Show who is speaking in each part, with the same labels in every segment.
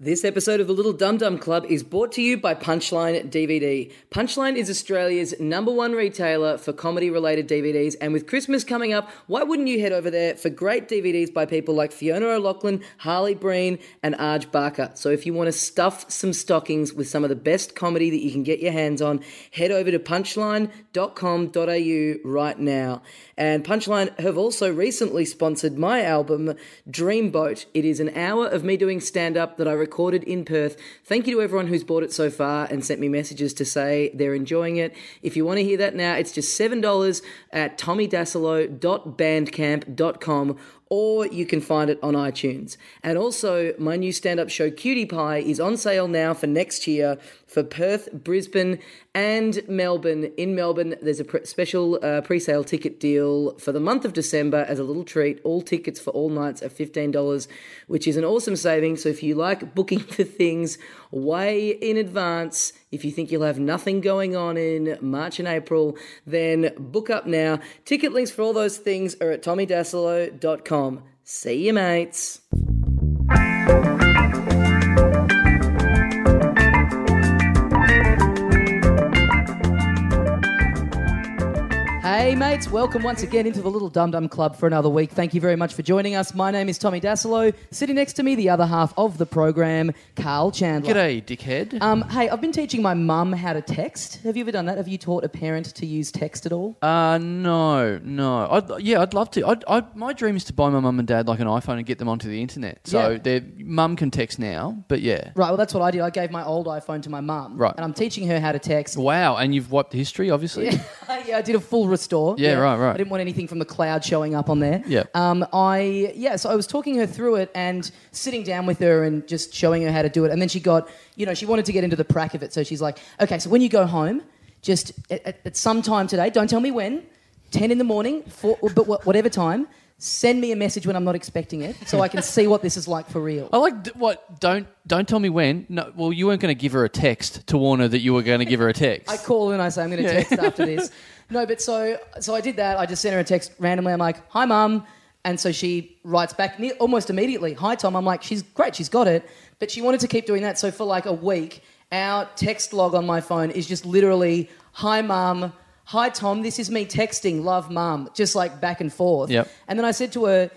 Speaker 1: This episode of the Little Dum Dum Club is brought to you by Punchline DVD. Punchline is Australia's number one retailer for comedy related DVDs, and with Christmas coming up, why wouldn't you head over there for great DVDs by people like Fiona O'Loughlin, Harley Breen, and Arj Barker? So if you want to stuff some stockings with some of the best comedy that you can get your hands on, head over to punchline.com.au right now. And Punchline have also recently sponsored my album, Dreamboat. It is an hour of me doing stand up that I recorded in Perth. Thank you to everyone who's bought it so far and sent me messages to say they're enjoying it. If you want to hear that now, it's just $7 at tommydasilo.bandcamp.com or you can find it on iTunes. And also, my new stand up show, Cutie Pie, is on sale now for next year for Perth, Brisbane, and Melbourne. In Melbourne, there's a pre- special uh, pre sale ticket deal for the month of December as a little treat. All tickets for all nights are $15, which is an awesome saving. So if you like booking for things way in advance, if you think you'll have nothing going on in March and April, then book up now. Ticket links for all those things are at tommydasilo.com. See you, mates. Hey, mates, welcome once again into the Little Dum Dum Club for another week. Thank you very much for joining us. My name is Tommy Dasilo. Sitting next to me, the other half of the program, Carl Chandler.
Speaker 2: G'day, dickhead.
Speaker 1: Um, hey, I've been teaching my mum how to text. Have you ever done that? Have you taught a parent to use text at all?
Speaker 2: Uh, no, no. I'd, yeah, I'd love to. I'd, I'd, my dream is to buy my mum and dad like an iPhone and get them onto the internet. So
Speaker 1: Yeah.
Speaker 2: their mum can text now, but yeah.
Speaker 1: Right, well, that's what I did. I gave my old iPhone to my mum.
Speaker 2: Right.
Speaker 1: And I'm teaching her how to text.
Speaker 2: Wow, and you've wiped the history, obviously.
Speaker 1: yeah, I did a full restore.
Speaker 2: Yeah, right, right.
Speaker 1: I didn't want anything from the cloud showing up on there.
Speaker 2: Yeah.
Speaker 1: Um, I yeah, so I was talking her through it and sitting down with her and just showing her how to do it. And then she got, you know, she wanted to get into the prac of it. So she's like, okay, so when you go home, just at, at, at some time today, don't tell me when, ten in the morning, four, but wha- whatever time. Send me a message when I'm not expecting it, so I can see what this is like for real.
Speaker 2: I like d- what. Don't don't tell me when. No, well, you weren't going to give her a text to warn her that you were going to give her a text.
Speaker 1: I call and I say I'm going to text after this. No, but so so I did that. I just sent her a text randomly. I'm like, "Hi, mum," and so she writes back ne- almost immediately, "Hi, Tom." I'm like, "She's great. She's got it." But she wanted to keep doing that. So for like a week, our text log on my phone is just literally, "Hi, mum." Hi, Tom. This is me texting, love, mum, just like back and forth.
Speaker 2: Yep.
Speaker 1: And then I said to her,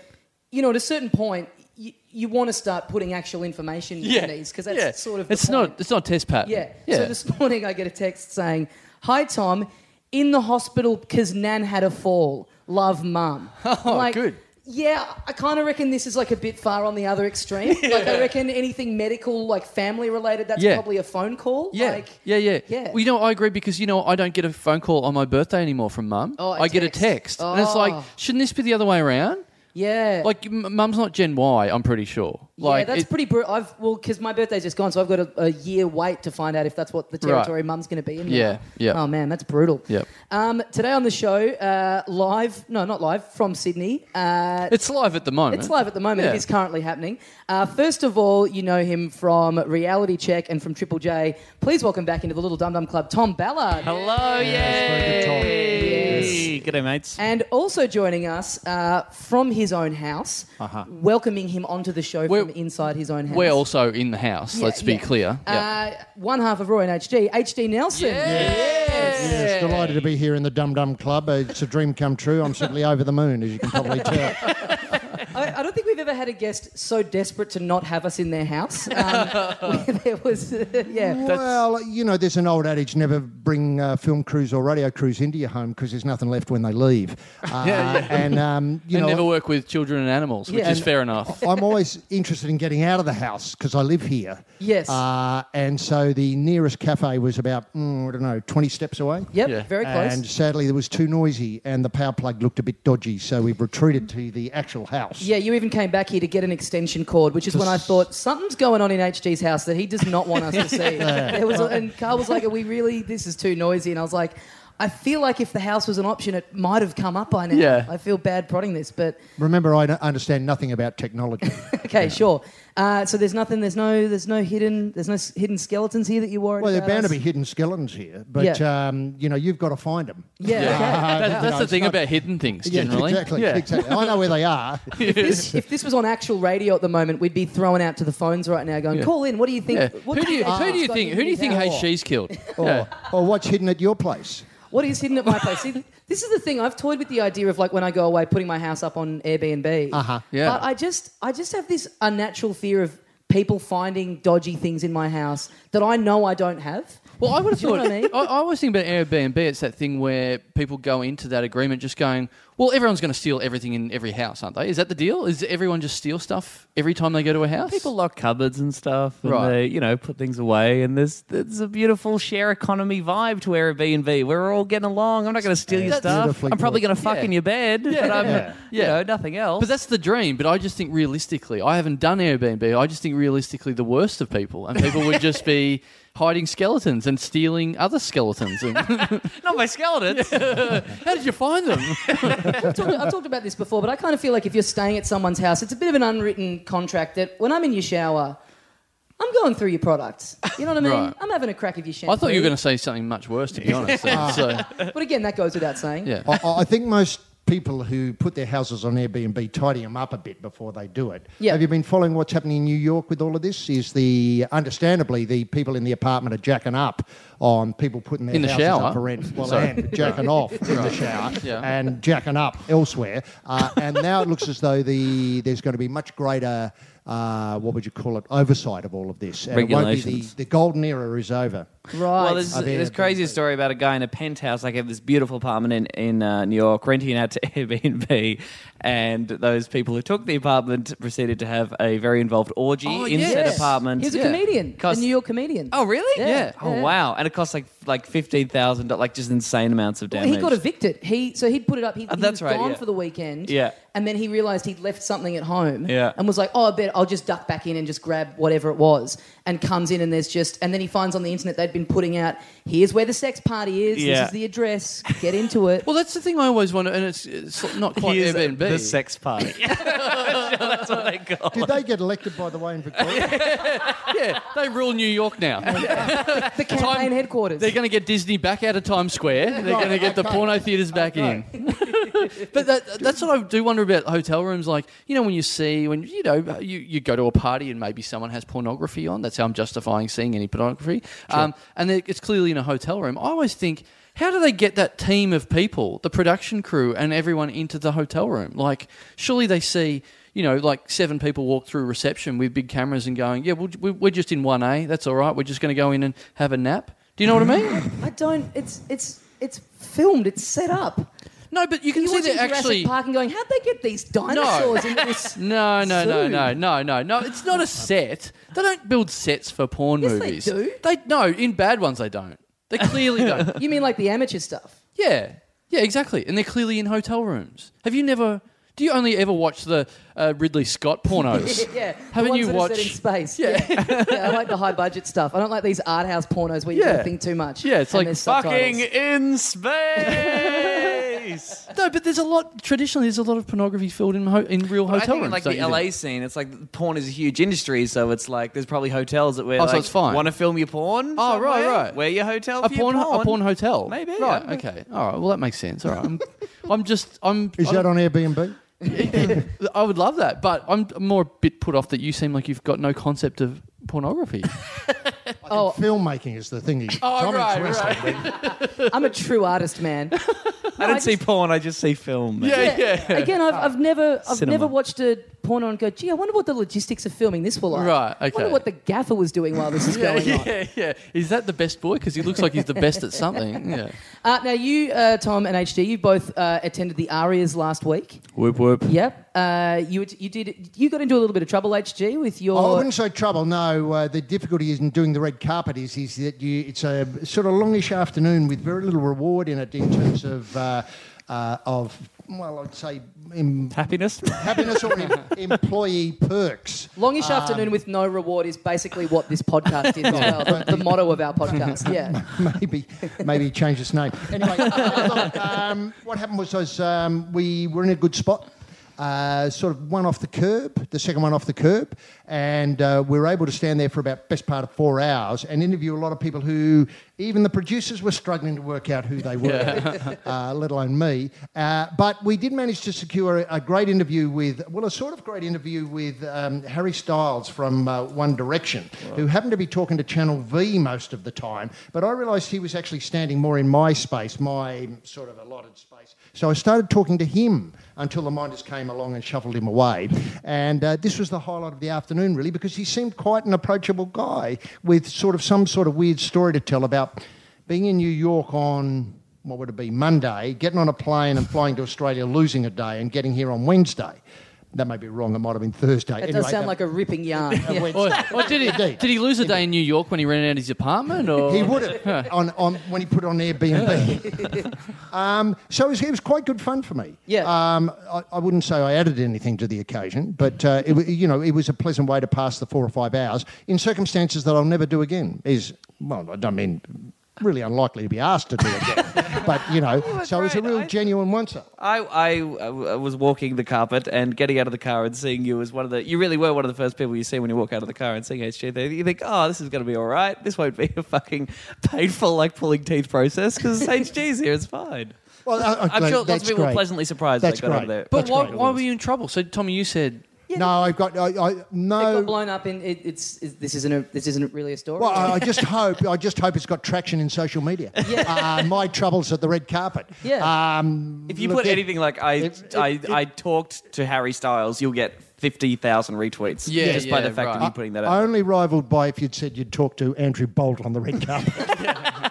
Speaker 1: you know, at a certain point. You, you want to start putting actual information
Speaker 2: yeah,
Speaker 1: in these because that's
Speaker 2: yeah.
Speaker 1: sort of the
Speaker 2: It's
Speaker 1: point.
Speaker 2: not. It's not test pattern.
Speaker 1: Yeah.
Speaker 2: yeah.
Speaker 1: So this morning I get a text saying, "Hi Tom, in the hospital because Nan had a fall. Love, Mum."
Speaker 2: Oh, good.
Speaker 1: Yeah, I kind of reckon this is like a bit far on the other extreme. Like I reckon anything medical, like family related, that's
Speaker 2: Yeah.
Speaker 1: probably a phone call.
Speaker 2: Yeah,
Speaker 1: Like,
Speaker 2: yeah, yeah,
Speaker 1: yeah.
Speaker 2: Well, you know, I agree because you know I don't get a phone call on my birthday anymore from mum.
Speaker 1: Oh, a
Speaker 2: I get a
Speaker 1: text.
Speaker 2: text, and it's like,
Speaker 1: Oh.
Speaker 2: shouldn't this be the other way around?
Speaker 1: Yeah.
Speaker 2: Like, m- mum's not Gen Y. I'm pretty sure. Like,
Speaker 1: yeah, that's
Speaker 2: it-
Speaker 1: pretty brutal. I've well, because my birthday's just gone, so I've got a, a year wait to find out if that's what the territory mum's going to be in. now.
Speaker 2: Yeah, yeah.
Speaker 1: Oh man, that's brutal.
Speaker 2: Yep.
Speaker 1: Um, today on the show, uh, live, no, not live from Sydney. Uh,
Speaker 2: It's live at the moment.
Speaker 1: It's live at the moment.
Speaker 2: Yeah.
Speaker 1: It is currently happening. Uh, first of all, you know him from Reality Check and from Triple J. Please welcome back into the Little Dum Dum Club, Tom Ballard.
Speaker 2: Hello,
Speaker 3: Yes, very
Speaker 2: yay!
Speaker 3: good talk. G'day, mates.
Speaker 1: And also joining us uh, from his own house,
Speaker 3: Uh-huh.
Speaker 1: welcoming him onto the show
Speaker 2: We're-
Speaker 1: from inside his own house.
Speaker 2: We're also in the house.
Speaker 1: Yeah,
Speaker 2: let's be
Speaker 1: yeah.
Speaker 2: clear. Yeah.
Speaker 1: Uh, one half of Roy and HD, HD Nelson.
Speaker 3: Yes.
Speaker 2: Yeah.
Speaker 3: Yes,
Speaker 4: Delighted to be here in the Dum Dum Club. It's a dream come true. I'm certainly over the moon, as you can probably tell.
Speaker 1: I, I don't think we've ever had a guest so desperate to not have us in their house. Um, there was, yeah.
Speaker 4: well, you know, there's an old adage: never bring uh, film crews or radio crews into your home because there's nothing left when they leave. Uh, And um, you
Speaker 2: and
Speaker 4: know,
Speaker 2: never work with children and animals, which
Speaker 1: Yeah,
Speaker 2: is
Speaker 1: and-
Speaker 2: fair enough.
Speaker 4: I'm always interested in getting out of the house because I live here.
Speaker 1: Yes.
Speaker 4: Uh, and so the nearest cafe was about mm, I don't know, 20 steps away.
Speaker 1: Yep,
Speaker 2: Yeah.
Speaker 1: very close.
Speaker 4: And sadly, it was too noisy, and the power plug looked a bit dodgy, so we've retreated to the actual house.
Speaker 1: Yeah, you even came back here to get an extension cord, which is when I thought something's going on in HG's house that he does not want us to see. There was, a- and Carl was like, "Are we really? This is too noisy." And I was like, I feel like if the house was an option, it might have come up by now.
Speaker 2: Yeah.
Speaker 1: I feel bad prodding this, but
Speaker 4: Remember, I don't understand nothing about technology.
Speaker 1: okay, sure. Uh, so there's nothing. There's no. There's no hidden. There's no s- hidden skeletons here that you're worried
Speaker 4: well,
Speaker 1: about.
Speaker 4: there are bound to
Speaker 1: us?
Speaker 4: be hidden skeletons here, but um, you know, you've got to find them.
Speaker 1: Yeah. okay.
Speaker 2: That-
Speaker 4: you
Speaker 2: that's
Speaker 4: know,
Speaker 2: the
Speaker 4: it's
Speaker 2: thing
Speaker 4: not-
Speaker 2: about hidden things generally.
Speaker 4: Yeah, exactly.
Speaker 2: Yeah.
Speaker 4: exactly. I know where they are.
Speaker 1: This- if this was on actual radio at the moment, we'd be thrown out to the phones right now, going,
Speaker 2: Yeah.
Speaker 1: "Call in. What do you think?
Speaker 2: Yeah.
Speaker 1: What
Speaker 2: Who do you, who do you think? Who do you think? Hey, she's killed.
Speaker 4: Or,
Speaker 2: Yeah.
Speaker 4: or what's hidden at your place?
Speaker 1: What is hidden at my place? See, this is the thing. I've toyed with the idea of like when I go away, putting my house up on Airbnb.
Speaker 4: Uh-huh.
Speaker 2: Yeah.
Speaker 1: But I just, I just have this unnatural fear of people finding dodgy things in my house that I know I don't have.
Speaker 2: Well, I would have
Speaker 1: Do you know
Speaker 2: thought.
Speaker 1: what I mean?
Speaker 2: I, I always think about Airbnb. It's that thing where people go into that agreement just going, "Well, everyone's going to steal everything in every house, aren't they? Is that the deal? Is everyone just steal stuff every time they go to a house?
Speaker 5: People lock cupboards and stuff, and
Speaker 2: Right.
Speaker 5: they, you know, put things away. And there's there's a beautiful share economy vibe to Airbnb. We're all getting along. I'm not going to steal your
Speaker 4: That's
Speaker 5: stuff.
Speaker 4: beautifully
Speaker 5: I'm probably
Speaker 4: put.
Speaker 5: going to fuck
Speaker 2: Yeah.
Speaker 5: in your bed, but I'm,
Speaker 2: Yeah.
Speaker 5: you
Speaker 2: Yeah.
Speaker 5: know, nothing else.
Speaker 2: But that's the dream. But I just think realistically, I haven't done Airbnb. I just think realistically, the worst of people, and people would just be hiding skeletons and stealing other skeletons. And
Speaker 5: not my skeletons.
Speaker 2: How did you find them?
Speaker 1: I've talked, I've talked about this before, but I kind of feel like if you're staying at someone's house, it's a bit of an unwritten contract that when I'm in your shower, I'm going through your products. You know what I mean?
Speaker 2: Right.
Speaker 1: I'm having a crack of your shampoo.
Speaker 2: I thought you were going to say something much worse, to be honest. then. So,
Speaker 1: to. But again, that goes without saying.
Speaker 2: yeah.
Speaker 4: I, I- I think most people who put their houses on Airbnb tidy them up a bit before they do it.
Speaker 1: Yeah.
Speaker 4: Have you been following what's happening in New York with all of this? Is the understandably the people in the apartment are jacking up on people putting their
Speaker 2: In the
Speaker 4: houses
Speaker 2: shower?
Speaker 4: up for rent. Well,
Speaker 2: Sorry.
Speaker 4: and jacking off in the shower
Speaker 2: Yeah.
Speaker 4: and jacking up elsewhere. Uh, and now it looks as though the there's going to be much greater. Uh, what would you call it? Oversight of all of this. And it won't be the,
Speaker 5: Regulations.
Speaker 4: the golden era is over.
Speaker 1: Right.
Speaker 5: Well, there's
Speaker 4: I've been
Speaker 5: this
Speaker 4: Airbnb.
Speaker 5: crazy story about a guy in a penthouse. Like, have this beautiful apartment in in uh, New York, renting it out to Airbnb, and those people who took the apartment proceeded to have a very involved orgy
Speaker 2: Oh,
Speaker 5: in
Speaker 2: yes.
Speaker 5: said
Speaker 2: Yes.
Speaker 5: apartment.
Speaker 1: He was a
Speaker 2: Yeah.
Speaker 1: comedian,
Speaker 5: Cost-
Speaker 1: a New York comedian.
Speaker 5: Oh, really?
Speaker 1: Yeah. Yeah.
Speaker 5: Oh,
Speaker 1: Yeah.
Speaker 5: wow. And it costs like like fifteen thousand, like just insane amounts of
Speaker 1: Well,
Speaker 5: damage.
Speaker 1: he got evicted. He so he'd put it up. He, he
Speaker 5: Uh, that's
Speaker 1: was
Speaker 5: right,
Speaker 1: gone
Speaker 5: yeah.
Speaker 1: for the weekend.
Speaker 5: Yeah.
Speaker 1: and then he realised he'd left something at home.
Speaker 5: Yeah.
Speaker 1: and was like, "Oh, I bet I'll just duck back in and just grab whatever it was." And comes in and there's just and then he finds on the internet they'd been putting out, "Here's where the sex party is.
Speaker 5: Yeah.
Speaker 1: This is the address. Get into it."
Speaker 2: Well, that's the thing I always wonder, and it's, it's not quite
Speaker 5: Here's
Speaker 2: Airbnb.
Speaker 5: The sex party. That's what they got.
Speaker 4: Did they get elected, by the way, in Victoria?
Speaker 2: yeah, they rule New York now.
Speaker 1: the campaign
Speaker 2: time-
Speaker 1: headquarters.
Speaker 2: They're going to get Disney back out of Times Square. They're going to get the porno theaters back in. but that, that's what I do wonder about hotel rooms. Like, you know, when you see, when, you know, you, you go to a party and maybe someone has pornography on. That's how I'm justifying seeing any pornography. Um, and it- it's clearly in a hotel room. I always think, how do they get that team of people, the production crew and everyone into the hotel room? Like, surely they see. You know, like seven people walk through reception with big cameras and going, "Yeah, we'll, we- we're just in one A. That's all right. We're just going to go in and have a nap." Do you know what I mean?
Speaker 1: I don't. It's it's it's filmed. It's set up.
Speaker 2: No, but you can
Speaker 1: You
Speaker 2: see
Speaker 1: watch
Speaker 2: that
Speaker 1: Jurassic
Speaker 2: actually.
Speaker 1: Park and going, "How'd they get these dinosaurs in this?"
Speaker 2: No, no, no,
Speaker 1: Zoo.
Speaker 2: no, no, no, no. It's not a set. They don't build sets for porn
Speaker 1: Yes, they
Speaker 2: movies.
Speaker 1: do.
Speaker 2: They no, in bad ones they don't. They clearly don't.
Speaker 1: You mean like the amateur stuff?
Speaker 2: Yeah, yeah, exactly. And they're clearly in hotel rooms. Have you never? Do you only ever watch the uh, Ridley Scott pornos?
Speaker 1: Yeah,
Speaker 2: Haven't
Speaker 1: the ones
Speaker 2: you
Speaker 1: that Are set
Speaker 2: watched-
Speaker 1: in space? Yeah. Yeah. I like the high budget stuff. I don't like these art house pornos where you
Speaker 2: Yeah.
Speaker 1: don't think too much.
Speaker 2: Yeah, it's
Speaker 1: and
Speaker 2: like
Speaker 1: there's
Speaker 5: Fucking
Speaker 1: subtitles.
Speaker 5: in space.
Speaker 2: No, but there's a lot. Traditionally, there's a lot of pornography filled in ho- in real
Speaker 5: But I
Speaker 2: hotel
Speaker 5: think in,
Speaker 2: rooms.
Speaker 5: like
Speaker 2: don't
Speaker 5: the
Speaker 2: you think?
Speaker 5: LA scene, it's like porn is a huge industry, so it's like there's probably hotels that where
Speaker 2: Oh, so
Speaker 5: like,
Speaker 2: it's fine.
Speaker 5: want to film your porn.
Speaker 2: Oh, right,
Speaker 5: somewhere?
Speaker 2: right.
Speaker 5: Where your hotel
Speaker 2: a
Speaker 5: for your
Speaker 2: porn, a porn hotel,
Speaker 5: Maybe,
Speaker 2: Right.
Speaker 5: yeah.
Speaker 2: Okay. All right. Well, that makes sense. All right. I'm, I'm just. I'm.
Speaker 4: Is
Speaker 2: I'm-
Speaker 4: that on Airbnb?
Speaker 2: I would love that, but I'm more a bit put off that you seem like you've got no concept of pornography.
Speaker 1: Oh,
Speaker 4: Filmmaking is the thing.
Speaker 2: Oh,
Speaker 4: Tommy's
Speaker 2: right,
Speaker 4: wrestling.
Speaker 1: I'm a true artist, man.
Speaker 5: I don't
Speaker 1: I
Speaker 5: see porn, I just see film. man.
Speaker 2: Yeah.
Speaker 1: Again, I've, I've never I've
Speaker 5: Cinema.
Speaker 1: never watched a porno and go, gee, I wonder what the logistics of filming this were like.
Speaker 2: Right,
Speaker 1: I
Speaker 2: okay.
Speaker 1: wonder what the gaffer was doing while this is
Speaker 2: yeah,
Speaker 1: going on.
Speaker 2: yeah, yeah. Is that the best boy? Because he looks like he's the best at something. Yeah.
Speaker 1: Uh, now, you, uh, Tom and HD, you both uh, attended the Arias last week.
Speaker 5: Whoop whoop.
Speaker 1: Yep. Uh, you you did you got into a little bit of trouble, HG, with your.
Speaker 4: Oh, I wouldn't say trouble. No, uh, the difficulty in doing the red carpet is is that you it's a sort of longish afternoon with very little reward in it in terms of uh, uh, of, well, I'd say em-
Speaker 5: Happiness?
Speaker 4: happiness or em- employee perks.
Speaker 1: Longish afternoon with no reward is basically what this podcast is as well. The, the motto of our podcast. Yeah.
Speaker 4: maybe maybe change its name. Anyway, look, um, what happened was, was um, we were in a good spot. Uh, sort of one off the curb, the second one off the curb, and uh, we were able to stand there for about best part of four hours and interview a lot of people who even the producers were struggling to work out who they were, uh, let alone me. Uh, but we did manage to secure a, a great interview with, well, a sort of great interview with um, Harry Styles from uh, One Direction, who happened to be talking to Channel V most of the time. But I realised he was actually standing more in my space, my sort of allotted space. So I started talking to him until the minders came along and shuffled him away. And uh, this was the highlight of the afternoon, really, because he seemed quite an approachable guy with sort of some sort of weird story to tell about being in New York on what would it be Monday, getting on a plane and flying to Australia, losing a day, and getting here on Wednesday. That may be wrong. It might have been Thursday.
Speaker 1: It does sound like a ripping yarn. Yeah.
Speaker 2: Or, or Oh, did, he,
Speaker 4: Indeed.
Speaker 2: did he lose a day in New York when he ran out of his apartment? Or
Speaker 4: He would have on, on when he put it on Airbnb. um, so it was, it was quite good fun for me.
Speaker 1: Yeah.
Speaker 4: Um, I, I wouldn't say I added anything to the occasion, but uh, it, wa- you know it was a pleasant way to pass the four or five hours in circumstances that I'll never do again. Is well, I don't mean really unlikely to be asked to do again, but you know, so it was a
Speaker 5: right,
Speaker 4: real
Speaker 5: I-
Speaker 4: genuine once.
Speaker 5: I, I, uh, was walking the carpet and getting out of the car and seeing you as one of the. You really were one of the first people you see when you walk out of the car and seeing HG there. You think, oh, this is going to be all right. This won't be a fucking painful, like pulling teeth process because HG's here. It's fine.
Speaker 4: Well, I,
Speaker 5: I'm sure lots of people were pleasantly surprised
Speaker 4: That's
Speaker 5: they got
Speaker 4: great.
Speaker 5: over there.
Speaker 2: but
Speaker 4: That's
Speaker 2: why,
Speaker 4: great.
Speaker 2: why were you in trouble? So, Tommy, you said
Speaker 4: No, I've got I, I,
Speaker 1: It
Speaker 4: no.
Speaker 1: got blown up in it, it's, it's this isn't a this isn't really a story.
Speaker 4: Well, I, I just hope I just hope it's got traction in social media. Uh, my troubles at the red carpet.
Speaker 1: Yeah.
Speaker 4: Um,
Speaker 5: If you
Speaker 4: look,
Speaker 5: put
Speaker 4: yeah,
Speaker 5: anything like I,
Speaker 4: If- if-
Speaker 5: I,
Speaker 4: if-
Speaker 5: I talked to Harry Styles, you'll get fifty thousand retweets.
Speaker 2: Yeah,
Speaker 5: just by
Speaker 2: yeah,
Speaker 5: the fact
Speaker 2: right.
Speaker 5: of you putting that out.
Speaker 4: only rivaled by if you'd said you'd talk to Andrew Bolt on the red carpet.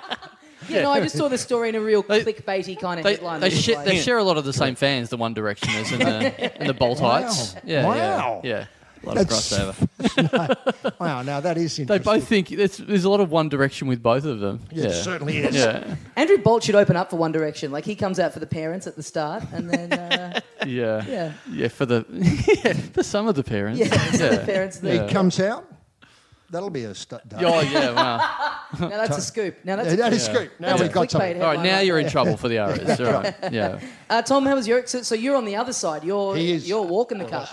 Speaker 1: you know, I just saw the story in a real clickbaity kind of
Speaker 2: they,
Speaker 1: headline.
Speaker 2: they,
Speaker 1: that was
Speaker 2: share-
Speaker 1: like-
Speaker 2: they share a lot of the same fans, the One Directioners and the, and the Bolt Heights. Yeah,
Speaker 4: Wow.
Speaker 2: Yeah. yeah.
Speaker 5: A lot of
Speaker 4: That's-
Speaker 5: crossover.
Speaker 4: wow, now that is
Speaker 2: They
Speaker 4: interesting.
Speaker 2: both think there's, there's a lot of One Direction with both of them.
Speaker 4: Yeah, It certainly is.
Speaker 2: Yeah.
Speaker 1: Andrew Bolt should open up for One Direction. Like he comes out for the parents at the start, and then uh,
Speaker 2: Yeah.
Speaker 1: Yeah.
Speaker 2: Yeah, for the yeah, for some of the parents.
Speaker 1: yeah, so the parents.
Speaker 4: It
Speaker 1: The,
Speaker 4: comes out. That'll be a stu- day.
Speaker 2: Oh yeah, wow.
Speaker 1: Now that's a scoop. Now that's
Speaker 4: Yeah,
Speaker 1: a
Speaker 4: that is good. Now
Speaker 1: That's
Speaker 4: we've
Speaker 1: a
Speaker 4: got
Speaker 1: clickbait
Speaker 4: something.
Speaker 2: All right,
Speaker 1: headline
Speaker 2: now
Speaker 1: right
Speaker 2: you're in trouble for the RS. All right. Yeah.
Speaker 1: Uh, Tom, how was your exit? So you're on the other side. You're
Speaker 4: He is.
Speaker 1: you're walking the car.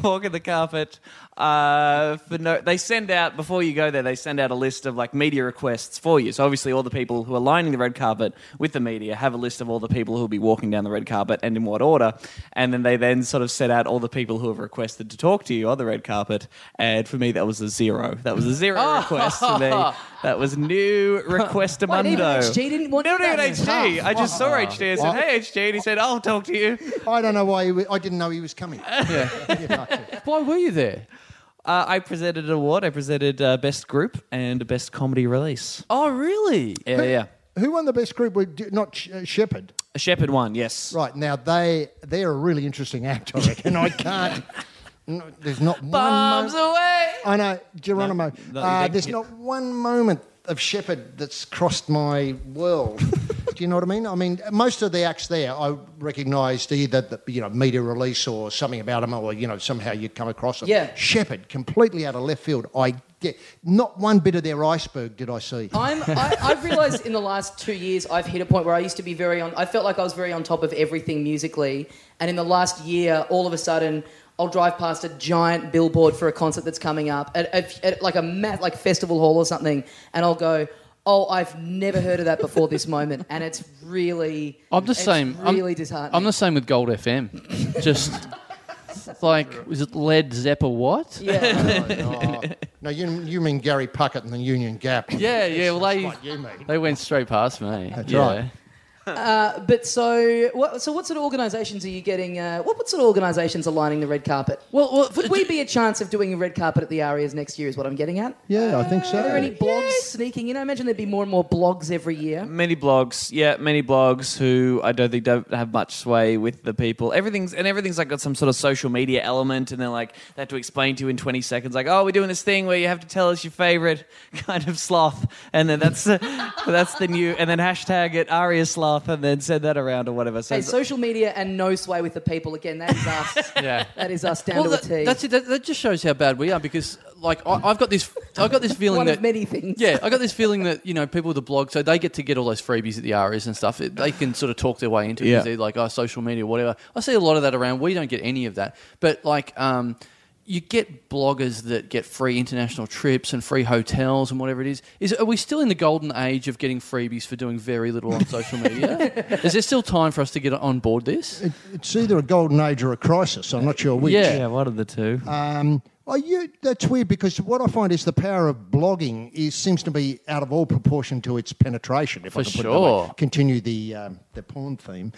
Speaker 5: walk in the carpet. Uh, for no, they send out before you go there. They send out a list of like media requests for you. So obviously, all the people who are lining the red carpet with the media have a list of all the people who'll be walking down the red carpet and in what order. And then they then sort of set out all the people who have requested to talk to you on the red carpet. And for me, that was a zero. That was a zero request for me. That was new request
Speaker 1: Wait, even
Speaker 5: amundo.
Speaker 1: HG didn't want
Speaker 5: no, no,
Speaker 1: that.
Speaker 5: HG. I just saw HG and said,
Speaker 4: What?
Speaker 5: "Hey, HG," and he said, "Oh, "I'll talk to you."
Speaker 4: I don't know why he wa- I didn't know he was coming.
Speaker 2: Why were you there?
Speaker 5: Uh, I presented an award. I presented uh, best group and best comedy release.
Speaker 2: Oh really?
Speaker 5: Yeah, yeah.
Speaker 4: Who won the best group? Were- d- Not Sh- uh, Shepherd.
Speaker 5: A shepherd one, yes.
Speaker 4: Right now, they they're a really interesting act, I reckon. I can't. No, there's not one.
Speaker 5: Bombs
Speaker 4: mo-
Speaker 5: away.
Speaker 4: I know Geronimo.
Speaker 5: No,
Speaker 4: uh,
Speaker 5: they-
Speaker 4: there's not one moment of Shepherd that's crossed my world. Do you know what I mean? I mean, most of the acts there, I recognised either the you know media release or something about them, or you know somehow you come across them.
Speaker 1: Yeah.
Speaker 4: Shepherd, completely out of left field. I get not one bit of their iceberg did I see.
Speaker 2: Oh.
Speaker 1: I'm, I, I've realised in the last two years I've hit a point where I used to be very on. I felt like I was very on top of everything musically, and in the last year, all of a sudden, I'll drive past a giant billboard for a concert that's coming up at, at, at like a ma- like festival hall or something, and I'll go. Oh, I've never heard of that before this moment, and it's really.
Speaker 2: I'm the
Speaker 1: it's
Speaker 2: same. I'm-
Speaker 1: Really disheartening.
Speaker 2: I'm the same with Gold FM. Just like was it Led Zeppa what?
Speaker 1: yeah.
Speaker 4: oh. no, you you mean Gary Puckett and the Union Gap?
Speaker 2: Yeah, yeah. Well,
Speaker 4: That's
Speaker 2: they
Speaker 4: what you mean.
Speaker 2: they went straight past me.
Speaker 4: That's
Speaker 2: yeah.
Speaker 4: right.
Speaker 1: But so, what, so what sort of organisations are you getting? Uh, what, what sort of organisations are lining the red carpet?
Speaker 2: Well, well
Speaker 1: Would we be a chance of doing a red carpet at the Arias next year? Is what I'm getting at.
Speaker 4: Yeah, I think so.
Speaker 1: Are there any blogs sneaking in? I imagine there'd be more and more blogs every year.
Speaker 2: Mm,
Speaker 5: Many blogs, yeah, many blogs who I don't think don't have much sway with the people. Everything's and everything's like got some sort of social media element, and they're like they have to explain to you in twenty seconds, like, oh, we're doing this thing where you have to tell us your favorite kind of sloth, and then that's the, that's the new, and then hashtag it aria laugh and then send that around or whatever. So
Speaker 1: Hey, social media and no sway with the people. Again, that is us.
Speaker 2: Yeah.
Speaker 1: That is us down
Speaker 2: Well,
Speaker 1: to
Speaker 2: that,
Speaker 1: a T.
Speaker 2: that's it. That, that just shows how bad we are because, like, I, I've got this, I've got this feeling
Speaker 1: one
Speaker 2: that
Speaker 1: of many things.
Speaker 2: Yeah, I got this feeling that you know people with the blog, so they get to get all those freebies at the RS and stuff. It, they can sort of talk their way into it.
Speaker 5: Yeah.
Speaker 2: Yeah. They're like, oh, social media, whatever. I see a lot of that around. We don't get any of that, but like. um you get bloggers that get free international trips and free hotels and whatever it is. Is are we still in the golden age of getting freebies for doing very little on social media? is there still time for us to get on board this?
Speaker 4: It's either a golden age or a crisis. I'm not sure which.
Speaker 2: Yeah. Uh,
Speaker 5: yeah, one of the two.
Speaker 4: Um, well, you, that's weird because what I find is the power of blogging is seems to be out of all proportion to its penetration. If I
Speaker 2: For
Speaker 4: can put it that way.
Speaker 2: sure.
Speaker 4: Continue the um, the porn theme.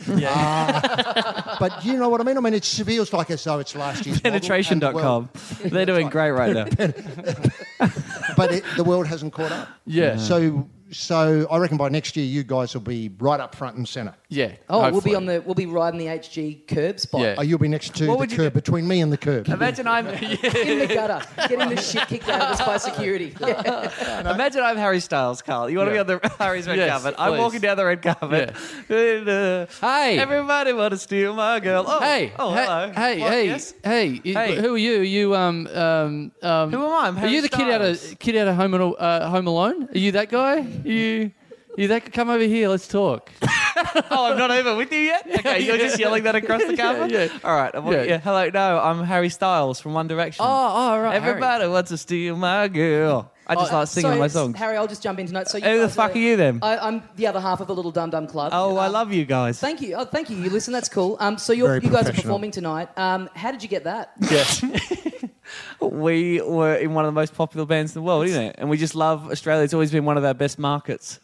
Speaker 4: Uh, but you know what I mean. I mean, it feels like as though it's last year's model and the world-
Speaker 5: Penetration.com. They're doing great right now.
Speaker 4: but it, the world hasn't caught up.
Speaker 2: Yeah.
Speaker 4: So so I reckon by next year you guys will be right up front and centre.
Speaker 2: Yeah.
Speaker 1: Oh, we'll
Speaker 2: hopefully.
Speaker 1: be on the we'll be riding the HG curb spot
Speaker 2: Yeah.
Speaker 4: Oh, you'll be next to
Speaker 5: What
Speaker 4: the
Speaker 5: would you
Speaker 4: curb
Speaker 5: do-
Speaker 4: between me and the curb.
Speaker 5: Imagine I'm
Speaker 1: in the gutter, getting the shit kicked out of us by security. Yeah.
Speaker 5: Imagine I'm Harry Styles, Carl. You want
Speaker 2: Yeah.
Speaker 5: to be on the Harry's red
Speaker 2: Yes,
Speaker 5: carpet. I'm
Speaker 2: please.
Speaker 5: walking down the red carpet. And, uh,
Speaker 2: Hey.
Speaker 5: Everybody want to steal my girl. Oh,
Speaker 2: Hey,
Speaker 5: oh,
Speaker 2: hey,
Speaker 5: hello.
Speaker 2: hey,
Speaker 5: What,
Speaker 2: hey,
Speaker 5: yes?
Speaker 2: hey, you-
Speaker 5: Hey.
Speaker 2: Who are you? Are you um um um?
Speaker 5: Who am I? I'm
Speaker 2: are
Speaker 5: Harry
Speaker 2: you the kid out
Speaker 5: Styles.
Speaker 2: of kid out of Home and, uh, Home Alone? Are you that guy? you you that? Come over here. Let's talk.
Speaker 5: Oh, I'm not over with you yet? Okay, you're just yelling that across the carpet?
Speaker 2: yeah.
Speaker 5: All right. I'm, yeah.
Speaker 2: Yeah.
Speaker 5: Hello. No, I'm Harry Styles from One Direction.
Speaker 2: all right.
Speaker 5: Everybody wants to steal my girl. I
Speaker 2: Oh,
Speaker 5: just like singing
Speaker 1: so,
Speaker 5: my songs.
Speaker 1: Harry, I'll just jump in tonight. So you
Speaker 5: Who the
Speaker 1: guys
Speaker 5: fuck are you then?
Speaker 1: I, I'm the other half of the Little Dum Dum Club.
Speaker 5: oh, I
Speaker 1: Um,
Speaker 5: love you guys.
Speaker 1: Thank you. Oh, thank you. You listen. That's cool. Um, so you're,
Speaker 4: Very
Speaker 1: you guys are
Speaker 4: professional.
Speaker 1: performing tonight. Um, how did you get that?
Speaker 5: we were in one of the most popular bands in the world, isn't it? And we just love Australia. It's always been one of our best markets.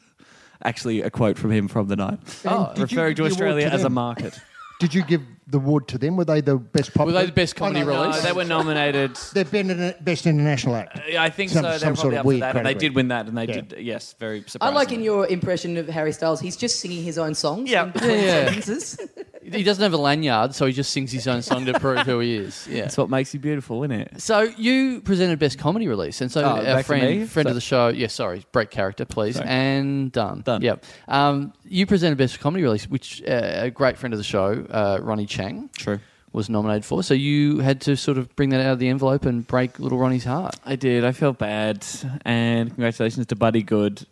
Speaker 5: Actually, a quote from him from the night.
Speaker 4: Oh. did you
Speaker 5: referring to
Speaker 4: give the award
Speaker 5: Australia
Speaker 4: to
Speaker 5: as a
Speaker 4: them?
Speaker 5: market.
Speaker 4: Did you give the award to them? Were they the best pop?
Speaker 2: Were they the best comedy
Speaker 5: no,
Speaker 2: release?
Speaker 5: they were nominated.
Speaker 4: They've been in best international act.
Speaker 5: I think
Speaker 4: Some-
Speaker 5: so. They
Speaker 4: some
Speaker 5: were
Speaker 4: sort
Speaker 5: probably
Speaker 4: of
Speaker 5: up for
Speaker 4: weird
Speaker 5: that, and they
Speaker 4: category.
Speaker 5: did win that, and they
Speaker 4: Yeah.
Speaker 5: did. Yes, very
Speaker 1: I
Speaker 5: surprising.
Speaker 1: like in your impression of Harry Styles, he's just singing his own songs.
Speaker 5: Yeah.
Speaker 1: In between
Speaker 2: Yeah.
Speaker 1: sentences.
Speaker 2: He doesn't have a lanyard, so he just sings his own song to prove who he is. Yeah.
Speaker 5: That's what makes you beautiful, isn't it?
Speaker 2: So you presented best comedy release, and so
Speaker 5: Oh, back
Speaker 2: our
Speaker 5: to me?
Speaker 2: friend friend
Speaker 5: So-
Speaker 2: of the show, yeah, sorry, break character, please,
Speaker 5: Sorry.
Speaker 2: and done,
Speaker 5: Done.
Speaker 2: Yep. Um, you presented best comedy release, which uh, a great friend of the show, uh, Ronnie Chang,
Speaker 5: True.
Speaker 2: was nominated for. So you had to sort of bring that out of the envelope and break little Ronnie's heart.
Speaker 5: I did. I felt bad, and congratulations to Buddy Good,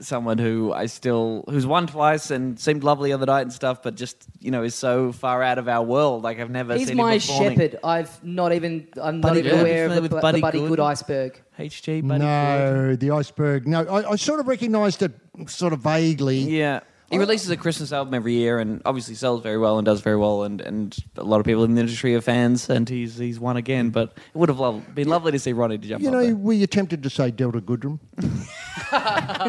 Speaker 5: someone who I still who's won twice and seemed lovely the other night and stuff, but just you know is so far out of our world. Like I've never
Speaker 1: he's
Speaker 5: seen
Speaker 1: my
Speaker 5: him performing.
Speaker 1: shepherd. I've not even. I'm not
Speaker 5: Buddy
Speaker 1: even
Speaker 2: Good.
Speaker 1: aware of
Speaker 5: Familiar
Speaker 1: the,
Speaker 5: with
Speaker 1: bu-
Speaker 5: Buddy
Speaker 1: the Buddy
Speaker 5: Good?
Speaker 1: Good iceberg.
Speaker 5: HG Buddy Good.
Speaker 4: No, the iceberg. No, I, I sort of recognised it, sort of vaguely.
Speaker 5: Yeah. He releases a Christmas album every year, and obviously sells very well and does very well, and, and a lot of people in the industry are fans, and he's he's won again. But it would have loved, been lovely to see Ronnie to jump
Speaker 4: You
Speaker 5: up
Speaker 4: know,
Speaker 5: there.
Speaker 4: were you tempted to say Delta Goodrum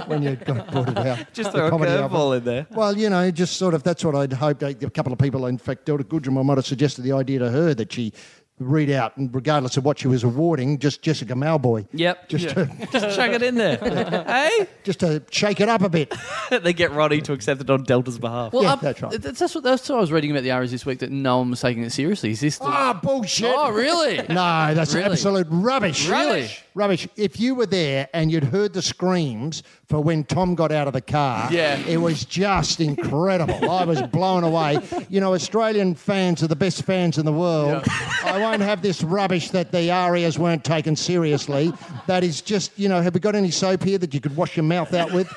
Speaker 4: when you got brought it out?
Speaker 5: Just
Speaker 4: the
Speaker 5: throw a
Speaker 4: comedy album?
Speaker 5: curveball in there.
Speaker 4: Well, you know, just sort of that's what I'd hoped. A couple of people, in fact, Delta Goodrum, I might have suggested the idea to her that she read out, and regardless of what she was awarding, just Jessica Malboy.
Speaker 5: Yep.
Speaker 4: Just, to,
Speaker 5: Just chuck it in there. hey?
Speaker 4: just to shake it up a bit.
Speaker 5: they get Ronnie to accept it on Delta's behalf.
Speaker 2: Well,
Speaker 4: Yeah,
Speaker 2: um,
Speaker 4: that's right.
Speaker 2: That's, that's what that's what I was reading about the Aries this week that no one was taking it seriously. Is this? The,
Speaker 4: Ah, bullshit.
Speaker 2: oh, really?
Speaker 4: No, that's
Speaker 2: Really?
Speaker 4: absolute rubbish.
Speaker 2: Really?
Speaker 4: Rubbish. If you were there and you'd heard the screams for when Tom got out of the car,
Speaker 2: Yeah.
Speaker 4: it was just incredible. I was blown away. You know, Australian fans are the best fans in the world. I won't have this rubbish that the Arias weren't taken seriously. That is just, you know, have we got any soap here that you could wash your mouth out with?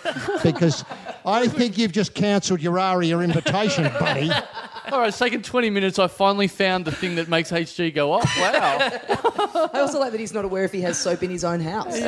Speaker 4: Because I think you've just cancelled your Aria invitation, buddy.
Speaker 2: All right, it's taken twenty minutes. I finally found the thing that makes HG go off. Wow.
Speaker 1: I also like that he's not aware if he has soap in his own house.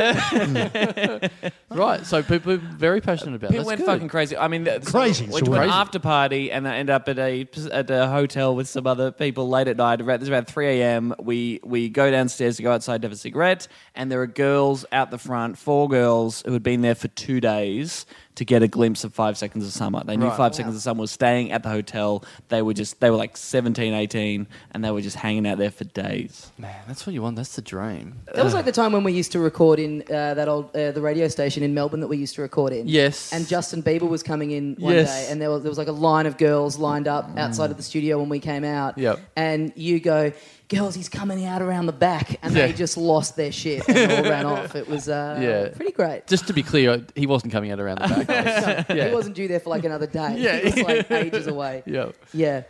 Speaker 2: right. So people are very passionate about. it.
Speaker 5: People
Speaker 2: That's
Speaker 5: went
Speaker 2: good.
Speaker 5: fucking crazy. I mean, th- so
Speaker 4: Crazy,
Speaker 5: Went
Speaker 4: so
Speaker 5: to an
Speaker 2: crazy.
Speaker 5: after party and I ended up at a at a hotel with some other people late at night. About this is about three a.m. We we go downstairs to go outside to have a cigarette, and there are girls out the front, four girls who had been there for two days to get a glimpse of Five Seconds of Summer. They knew Five Seconds of Summer was staying at the hotel. They were just they were like 17, 18, and they were just hanging out there for days.
Speaker 2: Man, that's what you want. That's the dream.
Speaker 1: That was like the time when we used to record in uh, that old uh, the radio station in Melbourne that we used to record in.
Speaker 2: Yes.
Speaker 1: And Justin Bieber was coming in one
Speaker 2: Yes.
Speaker 1: day, and there was there was like a line of girls lined up outside of the studio when we came out.
Speaker 2: Yep.
Speaker 1: And you go, girls, he's coming out around the back, and they
Speaker 2: Yeah.
Speaker 1: just lost their shit and all ran off. It was uh,
Speaker 2: Yeah.
Speaker 1: pretty great.
Speaker 2: Just to be clear, he wasn't coming out around the back.
Speaker 1: He wasn't due there for like another day.
Speaker 2: Yeah.
Speaker 1: He was like ages away.
Speaker 2: yeah,
Speaker 1: Yeah.